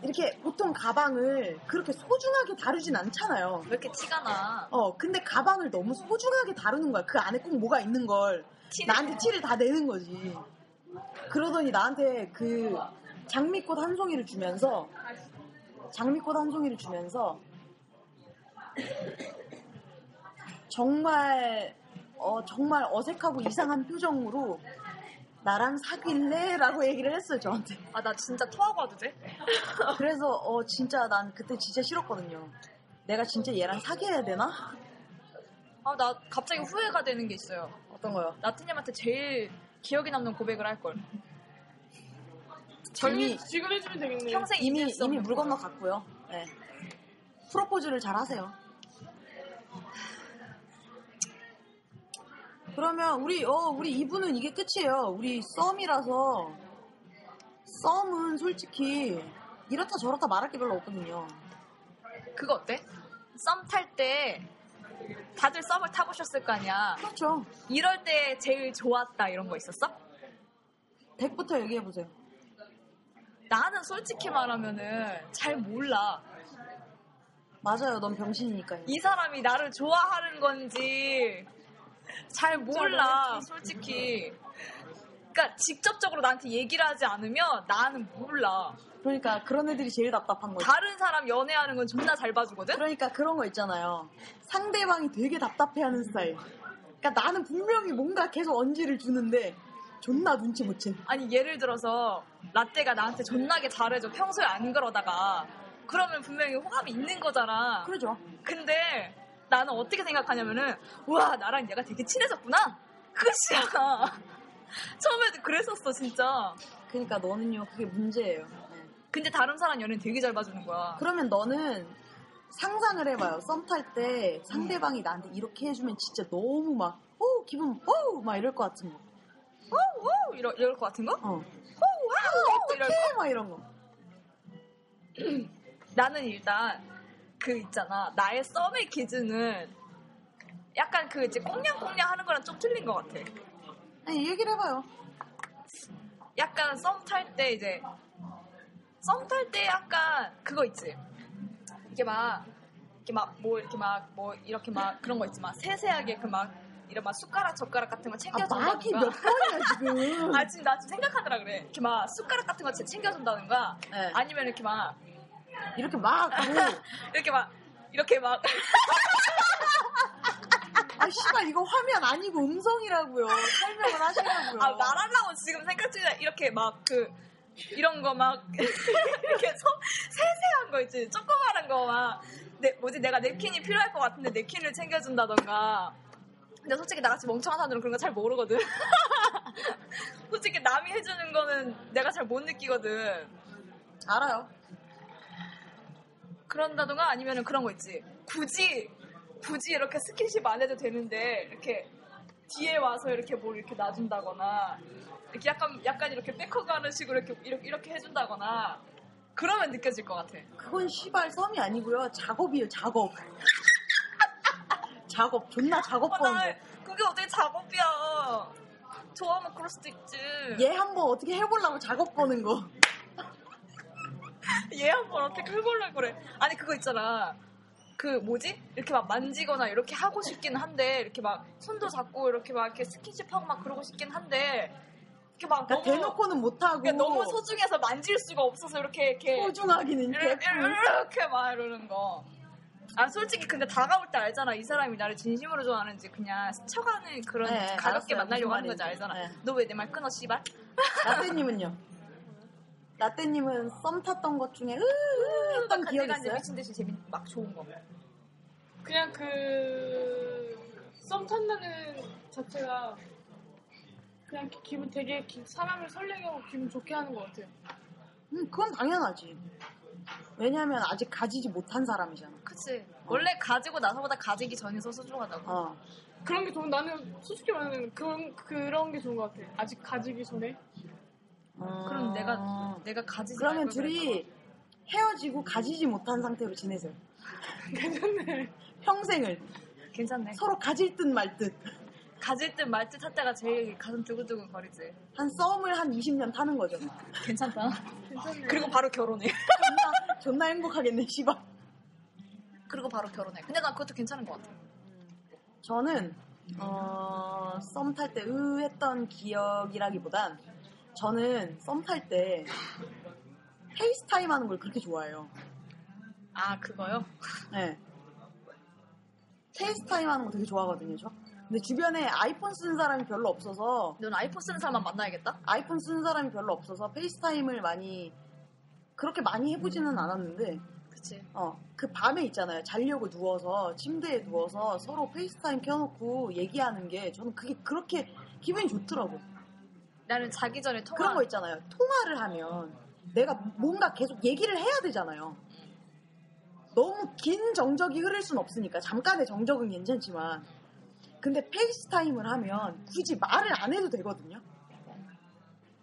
C: 이렇게 보통 가방을 그렇게 소중하게 다루진 않잖아요.
D: 왜 이렇게 티가 나?
C: 어, 근데 가방을 너무 소중하게 다루는 거야. 그 안에 꼭 뭐가 있는 걸.
D: 티는
C: 나한테 티를 다 내는 거지. 그러더니 나한테 그 장미꽃 한 송이를 주면서 장미꽃 한 송이를 주면서 정말 어 정말 어색하고 이상한 표정으로 나랑 사귈래라고 얘기를 했어요 저한테.
D: 아, 나 진짜 토하고 와도 돼?
C: 그래서 어 진짜 난 그때 진짜 싫었거든요. 내가 진짜 얘랑 사귀어야 되나?
D: 아, 나 갑자기 후회가 되는 게 있어요.
C: 어떤 거요?
D: 나트님한테 제일 기억에 남는 고백을 할걸.
C: 이미
E: 지금 해주면 되겠네요.
D: 평생
C: 이미
D: 잊을 수 없는
C: 이미 물
D: 고백.
C: 건너갔고요. 네. 프로포즈를 잘 하세요. 그러면 우리 어 우리 이분은 이게 끝이에요. 우리 썸이라서 썸은 솔직히 이렇다 저렇다 말할 게 별로 없거든요.
D: 그거 어때? 썸 탈 때 다들 썸을 타보셨을 거 아니야.
C: 그렇죠.
D: 이럴 때 제일 좋았다 이런 거 있었어?
C: 100부터 얘기해 보세요.
D: 나는 솔직히 말하면은 잘 몰라.
C: 맞아요. 넌 병신이니까요.
D: 이 사람이 나를 좋아하는 건지 잘 몰라, 솔직히. 그러니까 직접적으로 나한테 얘기를 하지 않으면 나는 몰라.
C: 그러니까 그런 애들이 제일 답답한 거죠.
D: 다른 사람 연애하는 건 존나 잘 봐주거든?
C: 그러니까 그런 거 있잖아요. 상대방이 되게 답답해하는 스타일. 그러니까 나는 분명히 뭔가 계속 언지를 주는데 존나 눈치 못 채.
D: 아니, 예를 들어서 라떼가 나한테 존나게 잘해줘. 평소에 안 그러다가. 그러면 분명히 호감이 있는 거잖아.
C: 그러죠.
D: 근데 나는 어떻게 생각하냐면은 우와 나랑 얘가 되게 친해졌구나 끝이야 처음에도 그랬었어 진짜
C: 그러니까 너는요 그게 문제예요. 네.
D: 근데 다른 사람 연애 되게 잘 봐주는 거야
C: 그러면 너는 상상을 해봐요. 썸 탈 때 상대방이 나한테 이렇게 해주면 진짜 너무 막 오, 기분 오, 막 이럴 것 같은 거.
D: 오, 이럴, 이럴 것 같은 거?
C: 어.
D: 와우 이럴 거?
C: 막 이런 거.
D: 나는 일단 그 있잖아 나의 썸의 기준은 약간 그 이제 꽁냥꽁냥 하는 거랑 좀 틀린 것 같아
C: 아니 얘기를 해봐요.
D: 약간 썸 탈 때 이제 썸 탈 때 약간 그거 있지 이게 막 이렇게 막 뭐 이렇게 막 뭐 이렇게 막 그런 거 있지 막 세세하게 그 막 이런 막 숟가락 젓가락 같은 거
C: 아, 막이 몇
D: 챙겨준다든가
C: 번이야 지금.
D: 아 지금 나 지금 생각하느라 그래 이렇게 막 숟가락 같은 거 챙겨준다든가
C: 네.
D: 아니면 이렇게 막
C: 이렇게 막 하고.
D: 이렇게 막 이렇게 막
C: 아, 씨발, 이거 화면 아니고 음성이라고요. 설명을 하시라고요.
D: 아, 말하려고 지금 생각 중이야. 이렇게 막 그, 이런 거 막, 이렇게 소, 세세한 거 있지. 조그마한 거 막, 내, 뭐지, 내가 냅킨이 필요할 것 같은데 냅킨을 챙겨준다던가. 근데 솔직히 나같이 멍청한 사람들은 그런 거 잘 모르거든. 솔직히 남이 해주는 거는 내가 잘 못 느끼거든.
C: 알아요.
D: 그런다던가 아니면은 그런 거 있지. 굳이, 굳이 이렇게 스킨십 안 해도 되는데, 이렇게 뒤에 와서 이렇게 뭘 이렇게 놔준다거나, 이렇게 약간, 약간 이렇게 백허가는 식으로 이렇게, 이렇게, 이렇게 해준다거나, 그러면 느껴질 것 같아.
C: 그건 씨발 썸이 아니고요. 작업이에요, 작업. 작업, 존나 작업
D: 어,
C: 보는
D: 나,
C: 거.
D: 그게 어떻게 작업이야. 좋아하면 그럴 수도 있지.
C: 얘 한번 어떻게 해보려고 작업 보는 거.
D: 얘 한 번 어떻게 해볼래 그래. 아니 그거 있잖아. 그 뭐지? 이렇게 막 만지거나 이렇게 하고 싶긴 한데 이렇게 막 손도 잡고 이렇게 막 이렇게 스킨십하고 막 그러고 싶긴 한데 이렇게 막
C: 그러니까
D: 너무
C: 대놓고는 못하고.
D: 그러니까 너무 소중해서 예, 만질 수가 없어서 이렇게 이렇게
C: 소중하기는
D: 이렇게,
C: 개뿔.
D: 이렇게 막 이러는 거. 아 솔직히 근데 다가올 때 알잖아 이 사람이 나를 진심으로 좋아하는지 그냥 스쳐가는 그런
C: 네,
D: 가볍게
C: 알았어요.
D: 만나려고
C: 무슨
D: 하는
C: 말인지.
D: 거지 알잖아.
C: 네.
D: 너 왜 내 말 끊어 씨발?
C: 라떼님은요? 라떼님은 썸 탔던 것 중에 으으 했던 기억
D: 간질간질
C: 있어요?
D: 미친 듯이 재밌 막 좋은 거.
E: 그냥 그, 썸 탄다는 자체가 그냥 기- 기분 되게 기- 사람을 설레게 하고 기분 좋게 하는 것 같아요.
C: 음, 그건 당연하지. 왜냐면 아직 가지지 못한 사람이잖아.
D: 그치. 어. 원래 가지고 나서보다 가지기 전에서 소중하다고.
C: 어.
E: 그런 게 좋은, 나는 솔직히 말하면 그런, 그런 게 좋은 것 같아. 아직 가지기 전에.
D: 그럼
C: 음.
D: 내가, 내가 가지지
C: 아. 그러면
D: 말걸 그랬나
C: 둘이 헤어지고 가지지 못한 상태로 지내세요.
E: 괜찮네.
C: 평생을
D: 봐. 괜찮네.
C: 서로 가질 듯 말 듯.
D: 가질 듯 말 듯 하다가 제일 가슴 두근두근 거리지.
C: 한 썸을 한 20년 타는 거죠.
D: 괜찮다. 그리고 바로 결혼해.
C: 존나, 존나 행복하겠네, 씨발.
D: 그리고 바로 결혼해. 근데 난 그것도 괜찮은 것 같아.
C: 저는 어, 썸 탈 때 의했던 기억이라기보단 저는 썸 탈 때 페이스타임 하는 걸 그렇게 좋아해요.
D: 아 그거요?
C: 네. 페이스타임 하는 거 되게 좋아하거든요, 저. 근데 주변에 아이폰 쓰는 사람이 별로 없어서
D: 넌 아이폰 쓰는 사람만 만나야겠다.
C: 아이폰 쓰는 사람이 별로 없어서 페이스타임을 많이 그렇게 많이 해보지는 않았는데
D: 그치.
C: 어, 그 밤에 있잖아요. 자려고 누워서 침대에 누워서 서로 페이스타임 켜놓고 얘기하는 게 저는 그게 그렇게 기분이 좋더라고.
D: 나는 자기 전에 통화.
C: 그런 거 있잖아요. 통화를 하면 내가 뭔가 계속 얘기를 해야 되잖아요. 너무 긴 정적이 흐를 순 없으니까 잠깐의 정적은 괜찮지만 근데 페이스타임을 하면 굳이 말을 안 해도 되거든요.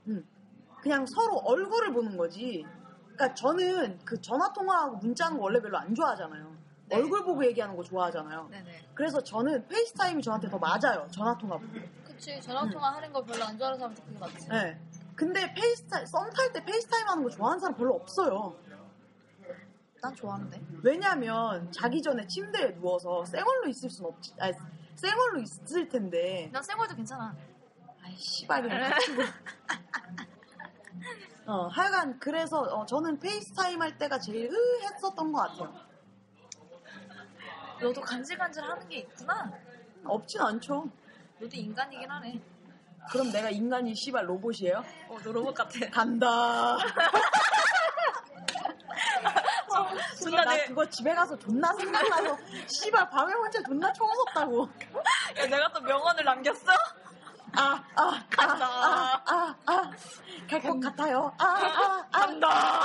C: 음. 그냥 서로 얼굴을 보는 거지. 그러니까 저는 그 전화 통화하고 문자하는 거 원래 별로 안 좋아하잖아요.
D: 네.
C: 얼굴 보고 얘기하는 거 좋아하잖아요.
D: 네네.
C: 그래서 저는 페이스타임이 저한테 더 맞아요. 전화 통화.
D: 그치. 전화 통화 하는 거 별로 안 좋아하는 사람한테 그게 맞지.
C: 네. 근데 페이스타임, 썸 탈 때 페이스타임 하는 거 좋아하는 사람 별로 없어요.
D: 난 좋아하는데.
C: 왜냐면 자기 전에 침대에 누워서 쌩얼로 있을 순 없지. 아니, 쌩얼로 있을 텐데.
D: 난 생얼도 괜찮아.
C: 아이, 씨발, 그냥 같이 뭐. 어, 하여간, 그래서, 어, 저는 페이스타임 할 때가 제일 으 했었던 것 같아요.
D: 너도 간질간질 하는 게 있구나.
C: 없진 않죠.
D: 너도 인간이긴 하네.
C: 그럼 내가 인간이 씨발 로봇이에요?
D: 어, 너 로봇 같아.
C: 간다.
D: 존나
C: 나
D: 내-
C: 그거 집에 가서 존나 생각나서, 씨발, 밤에 혼자 존나 총무섭다고.
D: 야, 내가 또 명언을 남겼어?
C: 아, 아,
D: 간다.
C: 아, 아, 아, 갈 것 같아요. 아, 아, 아.
D: 간다.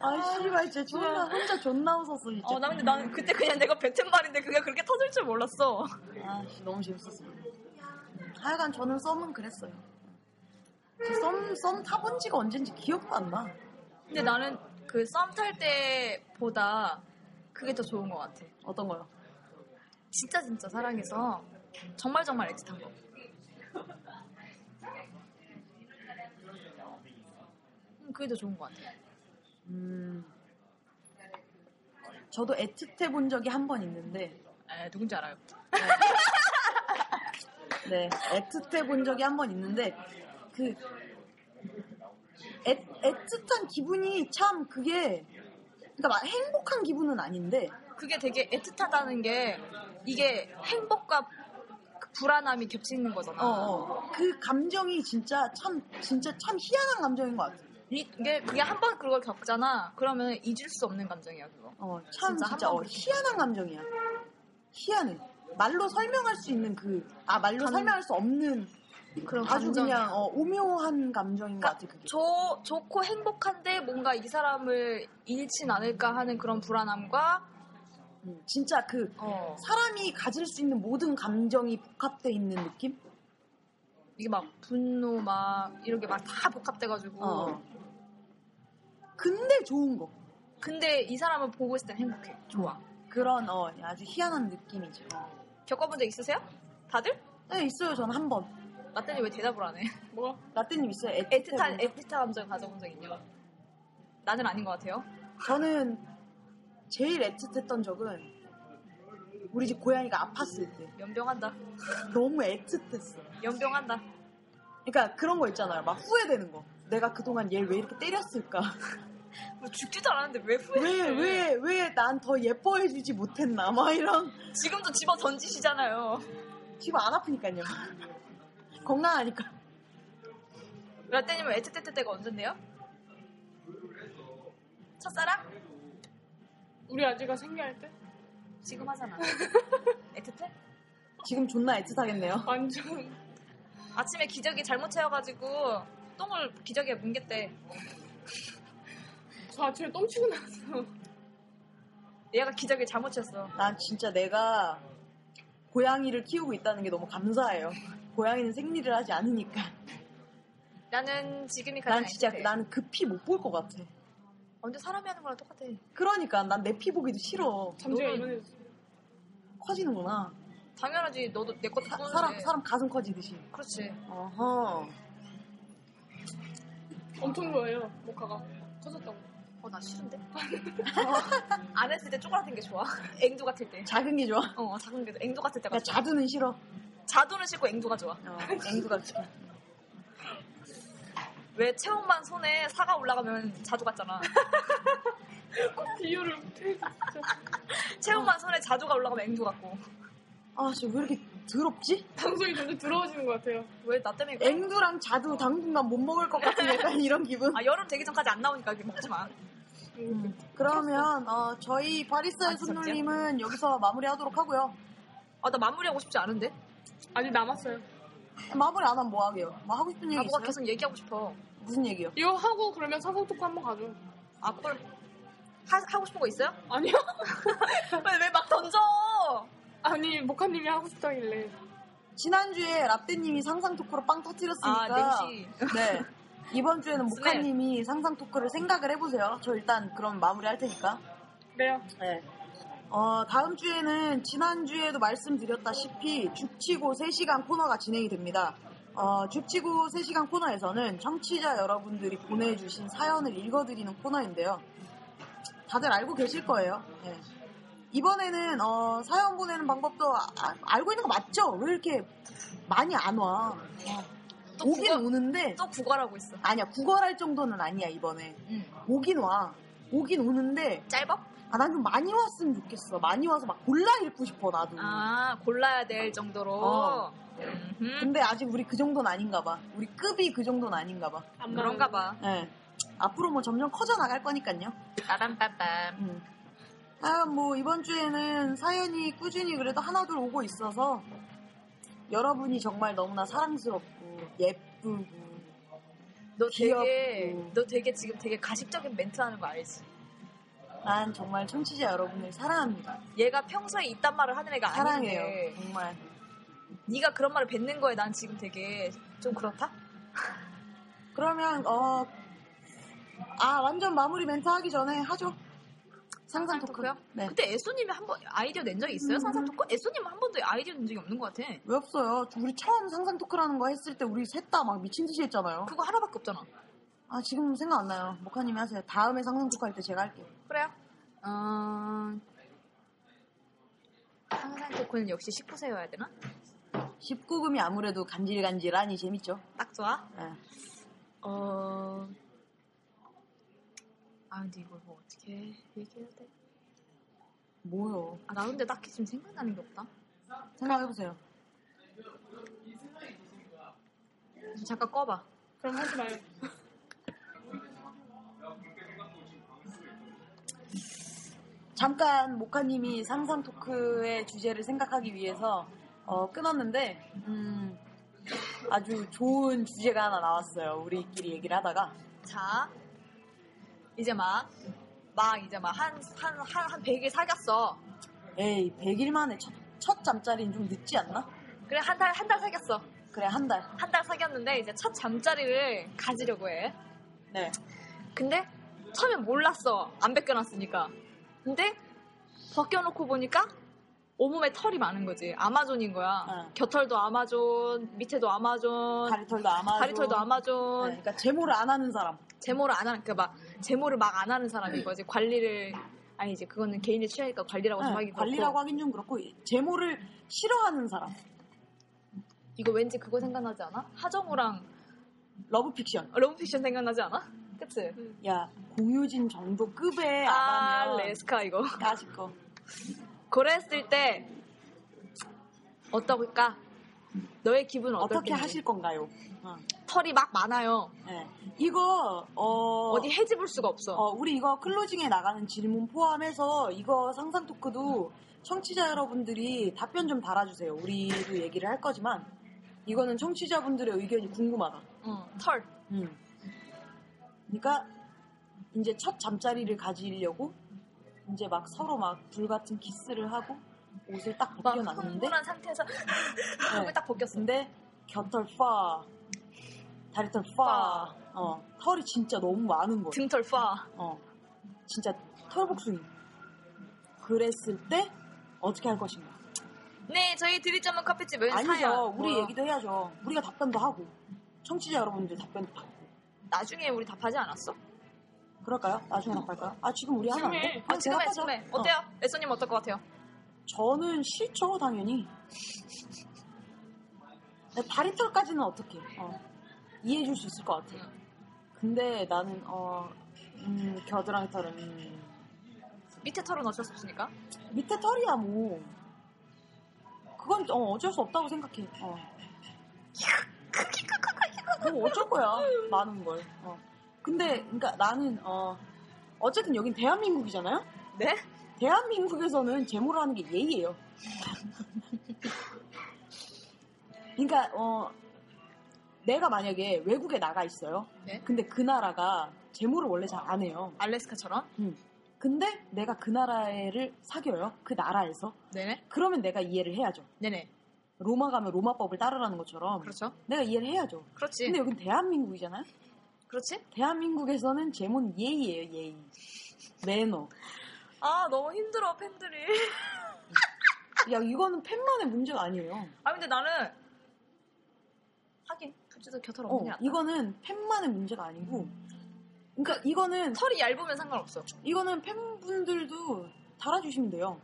C: 아, 씨발, 진짜 존나, 혼자 존나 웃었어, 진짜.
D: 어, 나 근데 나는 그때 그냥 내가 뱉은 말인데 그게 그렇게 터질 줄 몰랐어.
C: 아, 씨, 너무 재밌었어. 음, 하여간 저는 썸은 그랬어요. 그 썸, 썸 타본 지가 언젠지 기억도 안 나.
D: 근데 나는 그 썸 탈 때보다 그게 더 좋은 것 같아.
C: 어떤 거요?
D: 진짜 진짜 사랑해서 정말 정말 애틋한 거. 음, 그게 더 좋은 것 같아.
C: 음. 저도 애틋해 본 적이 한 번 있는데,
D: 에, 누군지 알아요.
C: 네, 애틋해 본 적이 한 번 있는데, 그, 애, 애틋한 기분이 참 그게, 그러니까 막 행복한 기분은 아닌데,
D: 그게 되게 애틋하다는 게 이게 행복과 그 불안함이 겹치는 거잖아.
C: 어, 어. 그 감정이 진짜 참, 진짜 참 희한한 감정인 것 같아요.
D: 이- 이게 그게 한 번 그걸 겪잖아. 그러면 잊을 수 없는 감정이야 그거.
C: 어, 참
D: 진짜
C: 진짜,
D: 한
C: 어,
D: 번도
C: 희한한 감정이야. 희한해. 말로 설명할 수 있는 그, 아, 말로
D: 감-
C: 설명할 수 없는
D: 그런
C: 아주
D: 감정이야. 그러니까
C: 그냥 어, 오묘한 감정인 것 같아, 그게.
D: 좋, 좋고 행복한데 뭔가 이 사람을 잃진 않을까 하는 그런 불안함과
C: 음, 진짜 그,
D: 어,
C: 사람이 가질 수 있는 모든 감정이 복합돼 있는 느낌?
D: 이게 막 분노 막 이런 게 막 다 복합돼가지고
C: 어. 근데 좋은 거.
D: 근데 이 사람을 보고 있을 땐 행복해 좋아
C: 그런, 어, 아주 희한한 느낌이죠.
D: 겪어본 적 있으세요? 다들?
C: 네, 있어요, 전 한 번.
D: 나때니 왜 대답을 안 해?
E: 뭐?
C: 라떼님 있어요? 애틋해
D: 애틋한
C: 보는 거?
D: 애틋한 감정 가져본 적 있냐? 나는 아닌 것 같아요
C: 저는 제일 애틋했던 적은 우리 집 고양이가 아팠을 때
D: 연병한다
C: 너무 애틋했어.
D: 연병한다
C: 그러니까 그런 거 있잖아요. 막 후회되는 거. 내가 그동안 얘를 왜 이렇게 때렸을까?
D: 뭐 죽지도 않았는데 왜
C: 왜
D: 후회해?
C: 왜 왜 난 더 예뻐해주지 못했나? 막 이런
D: 지금도 집어 던지시잖아요
C: 지금 안 아프니까요. 건강하니까.
D: 라떼님은 애틋했을 때가 언젠데요? 첫사랑?
E: 우리 아지가 생리할 때?
D: 지금 하잖아 애틋해?
C: 지금 존나 애틋하겠네요.
E: 완전
D: 아침에 기저귀 잘못 채워가지고 똥을 기저귀에 뭉갰대
E: 저 아침에 똥치고 나왔어.
D: 얘가 기저귀 잘못 채웠어
C: 난 진짜 내가 고양이를 키우고 있다는 게 너무 감사해요. 고양이는 생리를 하지 않으니까.
D: 나는 지금이 가장
C: 난 진짜
D: 애틋해.
C: 나는 급히 못 볼 것 같아.
D: 언제 사람이 하는 거랑 똑같아.
C: 그러니까 난 내 피 보기도 싫어.
E: 잠재가
D: 너는-
E: 이번에
C: 커지는구나.
D: 당연하지. 너도 내 것도
C: 사,
D: 쏘는데.
C: 사람 사람 가슴 커지듯이.
D: 그렇지.
C: 어허.
E: 엄청 좋아해요, 모카가. 커졌다고.
D: 어, 나 싫은데? 안 했을 때 쪼그라든 게 좋아. 앵두 같을 때.
C: 작은 게 좋아.
D: 어, 작은 게 앵두 같을 때가
C: 나
D: 좋아.
C: 자두는 싫어.
D: 자두는 싫고 앵두가 좋아.
C: 어, 앵두가 좋아.
D: 왜 체온만 손에 사가 올라가면 자두 같잖아.
E: 비유를 못해, 진짜.
D: 체온만 손에 자두가 올라가면 앵두 같고.
C: 아, 진짜 왜 이렇게 더럽지?
E: 방송이 점점 더러워지는 것 같아요.
D: 왜 나 때문에 그래?
C: 앵두랑 자두 당분간 못 먹을 것 같은 약간 이런 기분.
D: 아, 여름 되기 전까지 안 나오니까 이렇게 먹지 마.
E: 음.
C: 그러면 어, 저희
D: 아,
C: 바리스의
D: 진짜요?
C: 손놀림은 여기서 마무리하도록 하고요.
D: 아, 나 마무리하고 싶지 않은데?
E: 아직 남았어요.
C: 마무리 안 하면 뭐 하게요? 뭐 하고 싶은 얘기
D: 나보가
C: 있어요?
D: 아, 계속 얘기하고 싶어.
C: 무슨 얘기요?
E: 이거 하고 그러면 사성 토크 한번 가죠.
D: 아, 꿀. 하, 하고 싶은 거 있어요?
E: 아니요?
D: 왜 막 던져?
E: 아니, 모카님이 하고 싶다길래.
C: 지난주에 라떼님이 상상 토크로 빵
D: 아,
C: 터뜨렸으니까
D: 냉시.
C: 네 이번 주에는
D: 스냅.
C: 모카님이 상상 토크를 생각을 해보세요. 저 일단 그럼 마무리할 테니까.
E: 그래요.
C: 네. 어, 다음 주에는 지난주에도 말씀드렸다시피 죽치고 3시간 코너가 진행이 됩니다. 어, 죽치고 3시간 코너에서는 청취자 여러분들이 보내주신 사연을 읽어드리는 코너인데요. 다들 알고 계실 거예요. 네. 이번에는 어, 사연 보내는 방법도 아- 알고 있는 거 맞죠? 왜 이렇게 많이 안 와?
D: 또
C: 오긴
D: 국어,
C: 오는데
D: 또 국어라고 있어.
C: 아니야 구걸할 정도는 아니야 이번에
D: 응.
C: 오긴 와 오긴 오는데
D: 짧아?
C: 아, 난 좀 많이 왔으면 좋겠어. 많이 와서 막 골라 읽고 싶어, 나도.
D: 아, 골라야 될 정도로.
C: 어.
D: 음흠.
C: 근데 아직 우리 그 정도는 아닌가 봐. 우리 급이 그 정도는 아닌가 봐.
E: 안
D: 음, 그런가 봐.
C: 예. 앞으로 뭐 점점 커져나갈 거니까요.
D: 빠밤빠밤.
C: 음. 아, 뭐, 이번 주에는 사연이 꾸준히 그래도 하나둘 오고 있어서 여러분이 정말 너무나 사랑스럽고 예쁘고
D: 너 되게,
C: 귀엽고.
D: 너 되게 지금 되게 가식적인 멘트 하는 거 알지?
C: 난 정말 청취자 여러분을 사랑합니다.
D: 얘가 평소에 이딴 말을 하는 애가
C: 사랑해요.
D: 아닌데
C: 정말.
D: 네가 그런 말을 뱉는 거에 난 지금 되게 좀 그렇다?
C: 그러면, 어, 아, 완전 마무리 멘트 하기 전에 하죠. 상상 토크요? 네.
D: 그때 애쏘님이 한 번 아이디어 낸 적이 있어요? 상상 토크? 애쏘님은 한 번도 아이디어 낸 적이 없는 것 같아.
C: 왜 없어요? 우리 처음 상상 토크라는 거 했을 때 우리 셋 다 막 미친 듯이 했잖아요.
D: 그거 하나밖에 없잖아.
C: 아 지금 생각 안 나요. 목화님이 하세요. 다음에 상상 토크 할 때 제가 할게요.
D: 그래요? 어... 상상 토크는 역시 19세여야 되나?
C: 19금이 아무래도 간질간질하니 재밌죠.
D: 딱 좋아.
C: 예.
D: 어. 아 근데 이걸 뭐 어떻게 얘기해야 돼?
C: 뭐요?
D: 아 나 근데 딱히 지금 생각나는 게 없다.
C: 생각해보세요.
D: 좀 잠깐 꺼봐.
E: 그럼 하지 마요.
C: 잠깐 목화님이 상상 토크의 주제를 생각하기 위해서 어, 끊었는데 음, 아주 좋은 주제가 하나 나왔어요. 우리끼리 얘기를 하다가
D: 자, 이제 막. 막 이제 막 한 한 한 한 100일 사귀었어.
C: 에이 100일 만에 첫, 첫 잠자리는 좀 늦지 않나?
D: 그래 한 달 한 달 사귀었어.
C: 그래 한 달.
D: 한 달 사귀었는데 이제 첫 잠자리를 가지려고 해.
C: 네.
D: 근데 처음엔 몰랐어. 안 벗겨놨으니까. 근데 벗겨놓고 보니까 온몸에 털이 많은 거지. 아마존인 거야.
C: 어.
D: 겨털도 아마존, 밑에도 아마존,
C: 다리털도 아마
D: 어, 다리, 털도 아마존.
C: 네, 그러니까 제모를 안 하는 사람.
D: 제모를 안 하는, 그러니까 그막 제모를 막 안 하는 사람인 거지. 관리를 아니지. 그거는 개인의 취향이니까 관리라고
C: 네,
D: 생각이
C: 관리라고 하긴 좀 그렇고 제모를 싫어하는 사람.
D: 이거 왠지 그거 생각나지 않아? 하정우랑
C: 러브픽션.
D: 러브픽션 생각나지 않아? 그치?
C: 야 공효진 정도급의 네, 안
D: 아,
C: 하면
D: 레스카 이거.
C: 다시 거.
D: 그랬을 때 어떨까? 너의 기분은
C: 어떻게
D: 어떻게
C: 하실 건가요? 어.
D: 털이 막 많아요.
C: 네. 이거 어,
D: 어. 디 해집을 수가 없어.
C: 어, 우리 이거 클로징에 나가는 질문 포함해서 이거 상상 토크도 청취자 여러분들이 답변 좀 달아주세요. 우리도 얘기를 할 거지만 이거는 청취자분들의 의견이 궁금하다.
D: 응, 털.
C: 음. 그러니까 이제 첫 잠자리를 가지려고 이제 막 서로 막 불같은 키스를 하고 옷을 딱
D: 막
C: 벗겨놨는데
D: 흥분한 상태에서
C: 네.
D: 털을 딱 벗겼어.
C: 근데 겨털 파 다리털
D: 파.
C: 파 어, 털이 진짜 너무 많은 거예요.
D: 등털 파.
C: 어, 진짜 털복숭이. 그랬을 때 어떻게 할 것인가?
D: 네, 저희 드립점은 커피집 을
C: 아니죠.
D: 사연.
C: 우리
D: 뭐,
C: 얘기도 해야죠. 우리가 답변도 하고 청취자 여러분들 답변도 받고
D: 나중에 우리 답하지 않았어?
C: 그럴까요? 나중에 답할까요? 아 지금 우리 하면 안
E: 지금
C: 돼?
E: 해.
D: 아,
C: 그럼
D: 지금 해,
C: 대답하자.
D: 지금 해.
C: 어,
D: 어때요? 애써님 어떨 것 같아요?
C: 저는 싫죠 당연히. 근데 다리 털까지는 어떻게 어, 이해해줄 수 있을 것 같아요. 근데 나는 어 음, 겨드랑이 털은 음,
D: 밑에 털은 어쩔 수 없으니까.
C: 밑에 털이야 뭐 그건 어, 어쩔 수 없다고 생각해 어. 뭐 어쩔 거야 많은 걸 어. 근데 그러니까 나는 어 어쨌든 여긴 대한민국이잖아요
D: 네?
C: 대한민국에서는 제모라는 게 예의예요 그러니까 어 내가 만약에 외국에 나가 있어요
D: 네.
C: 근데 그 나라가 제모를 원래 잘 안 해요
D: 알래스카처럼.
C: 근데 내가 그 나라를 사겨요. 그 나라에서.
D: 네네.
C: 그러면 내가 이해를 해야죠.
D: 네네.
C: 로마 가면 로마법을 따르라는 것처럼
D: 그렇죠.
C: 내가 이해를 해야죠.
D: 그렇지.
C: 근데 여긴 대한민국이잖아요.
D: 그렇지?
C: 대한민국에서는 제모는 예의예요, 예의. 매너.
D: 아, 너무 힘들어, 팬들이.
C: 야, 이거는 팬만의 문제가 아니에요.
D: 아, 근데 나는. 하긴, 굳이도 겨털
C: 어,
D: 없는 게 낫다.
C: 이거는 팬만의 문제가 아니고 그러니까 이거는
D: 털이 얇으면 상관없어.
C: 이거는 팬분들도 달아주시면 돼요.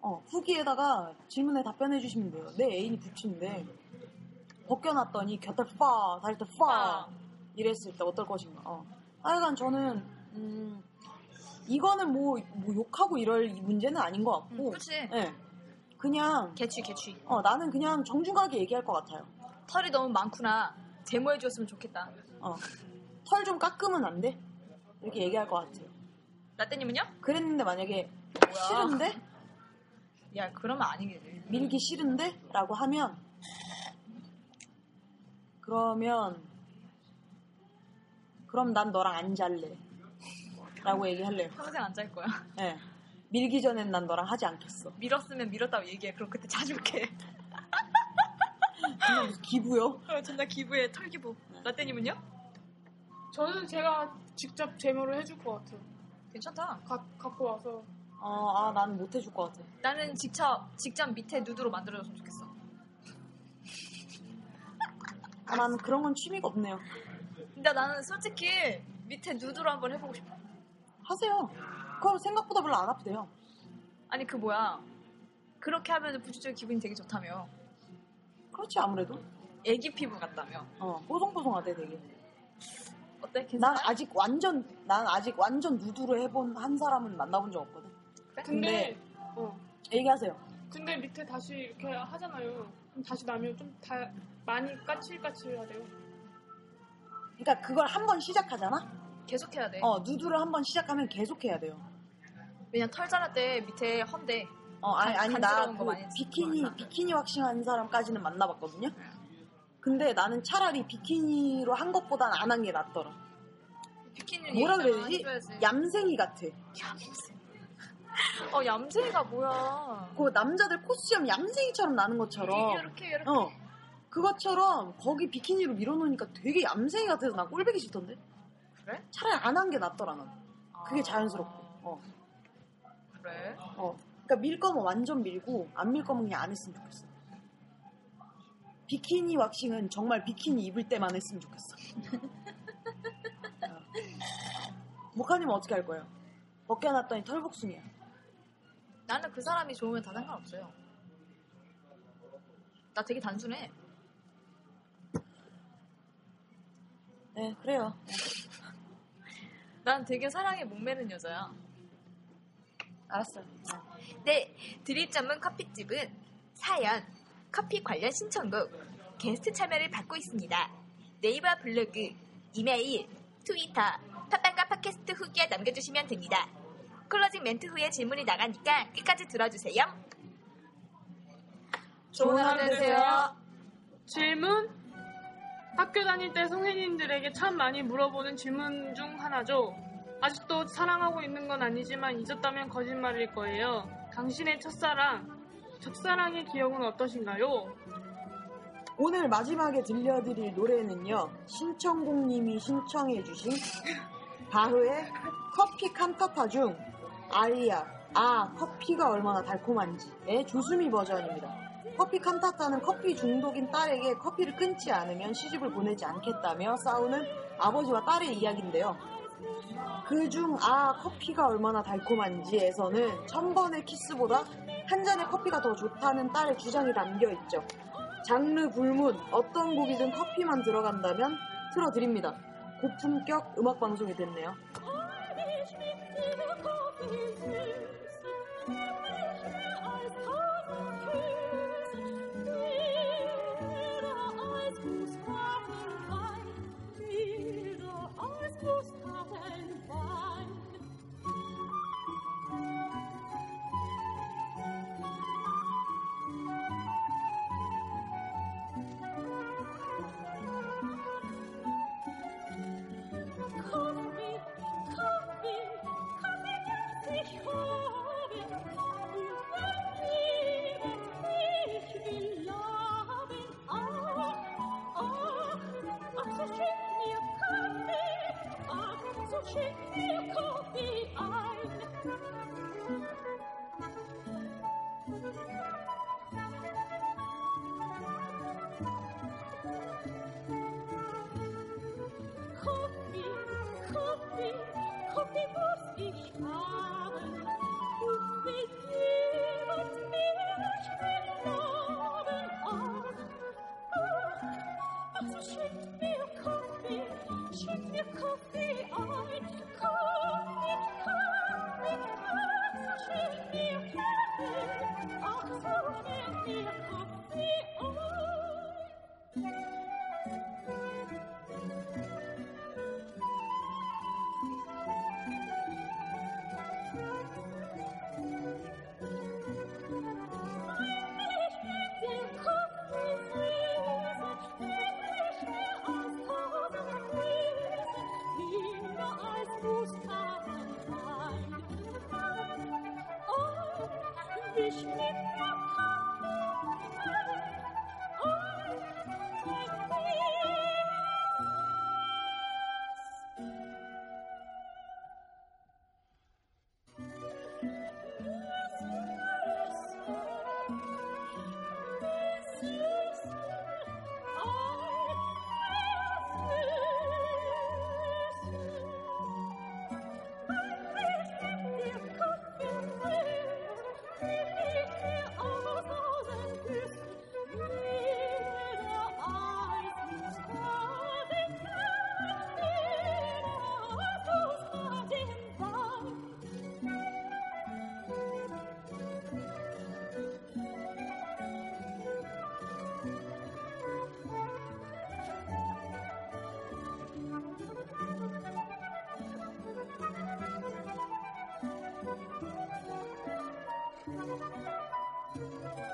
C: 어, 후기에다가 질문에 답변해 주시면 돼요. 내 애인이 붙이는데 벗겨놨더니 곁에 파, 다리 때 파.
D: 아.
C: 이랬을 때 어떨 것인가. 어. 하여간 저는 음, 이거는 뭐, 뭐 욕하고 이럴 이 문제는 아닌 것
D: 음,
C: 같고
D: 그렇지.
C: 예. 그냥
D: 개취, 개취.
C: 어, 나는 그냥 정중하게 얘기할 것 같아요.
D: 털이 너무 많구나. 제모해 주었으면 좋겠다.
C: 털 좀 깎으면 안 돼? 이렇게 얘기할 것 같아요.
D: 라떼님은요?
C: 그랬는데 만약에 싫은데?
D: 야, 그러면 아니겠지.
C: 밀기 싫은데? 라고 하면 그러면 그럼 난 너랑 안 잘래 라고 얘기할래요
D: 평생 안 잘 거야.
C: 예. 밀기 전엔 난 너랑 하지 않겠어
D: 밀었으면 밀었다고 얘기해. 그럼 그때 자줄게.
C: 그냥 무슨 기부요?
D: 전자 어, 기부에 털기부. 라떼님은요?
E: 저는 제가 직접 제모를 해줄 것 같아요.
D: 괜찮다.
E: 가- 갖고 와서.
C: 어, 아, 난 못 해줄 것 같아
D: 나는 직접 직접 밑에 누드로 만들어줬으면 좋겠어.
C: 아, 난 그런 건 취미가 없네요
D: 근데 나는 솔직히 밑에 누드로 한번 해보고 싶어.
C: 하세요 그럼 생각보다 별로 안 아프대요
D: 아니 그 뭐야? 그렇게 하면 부추적 기분이 되게 좋다며.
C: 그렇지 아무래도
D: 애기 피부 같다며.
C: 어, 뽀송뽀송하대 되게
D: 어때?
C: 난
D: 괜찮아?
C: 아직 완전 난 아직 완전 누드로 해본 한 사람은 만나본 적 없거든
E: 근데,
C: 근데-
E: 어,
C: 얘기하세요
E: 근데 밑에 다시 이렇게 하잖아요. 그럼 다시 나면 좀 다, 많이 까칠까칠하대요.
C: 그러니까 그걸 한 번 시작하잖아
D: 계속 해야 돼.
C: 어, 누드를 한 번 시작하면 계속 해야 돼요.
D: 왜냐 털 자랄 때 밑에 헌데.
C: 어, 아니,
D: 간-
C: 아니, 나
D: 간지러운
C: 그
D: 거 많이 했어. 네.
C: 비키니,
D: 그래서.
C: 비키니 왁싱한 사람까지는 만나봤거든요? 근데 나는 차라리 비키니로 한 것보단 안 한 게 낫더라.
D: 비키니
C: 뭐라
D: 얘기잖아,
C: 그래야 되지?
D: 해줘야지.
C: 얌생이 같아.
D: 어 얌생이가 뭐야?
C: 그 남자들 코스염 얌생이처럼 나는 것처럼,
D: 이렇게 이렇게.
C: 어, 그것처럼 거기 비키니로 밀어놓으니까 되게 얌생이 같아서 난 꼴보기 싫던데?
D: 그래? 아.
C: 차라리 안 한 게 낫더라, 난.
D: 어.
C: 그게 자연스럽고. 어,
D: 그래.
C: 어. 그러니까 밀 거면 완전 밀고, 안 밀 거면 뭐 그냥 안 했으면 좋겠어. 비키니 왁싱은 정말 비키니 입을 때만 했으면 좋겠어. 어. 목하님 은 어떻게 할 거예요? 벗겨놨더니 털복숭이야.
D: 나는 그 사람이 좋으면 다 상관없어요. 나 되게 단순해.
C: 네, 그래요.
D: 난 되게 사랑에 목매는 여자야.
C: 알았어요.
D: 네, 드립 전문 커피집은 사연, 커피 관련 신청곡, 게스트 참여를 받고 있습니다. 네이버 블로그, 이메일, 트위터, 팟빵과 팟캐스트 후기에 남겨주시면 됩니다. 클로징 멘트 후에 질문이 나가니까 끝까지 들어주세요. 좋은 하루 되세요.
E: 질문? 학교 다닐 때 선생님들에게 참 많이 물어보는 질문 중 하나죠. 아직도 사랑하고 있는 건 아니지만 잊었다면 거짓말일 거예요. 당신의 첫사랑, 첫사랑의 기억은 어떠신가요?
C: 오늘 마지막에 들려드릴 노래는요. 신청곡님이 신청해주신 바흐의 커피 칸타타 중 아리아 아, 커피가 얼마나 달콤한지의 예, 조수미 버전입니다. 커피 칸타타는 커피 중독인 딸에게 커피를 끊지 않으면 시집을 보내지 않겠다며 싸우는 아버지와 딸의 이야기인데요. 그중 아, 커피가 얼마나 달콤한지에서는 천 번의 키스보다 한 잔의 커피가 더 좋다는 딸의 주장이 담겨 있죠. 장르 불문, 어떤 곡이든 커피만 들어간다면 틀어드립니다. 고품격 음악방송이 됐네요.
F: Thank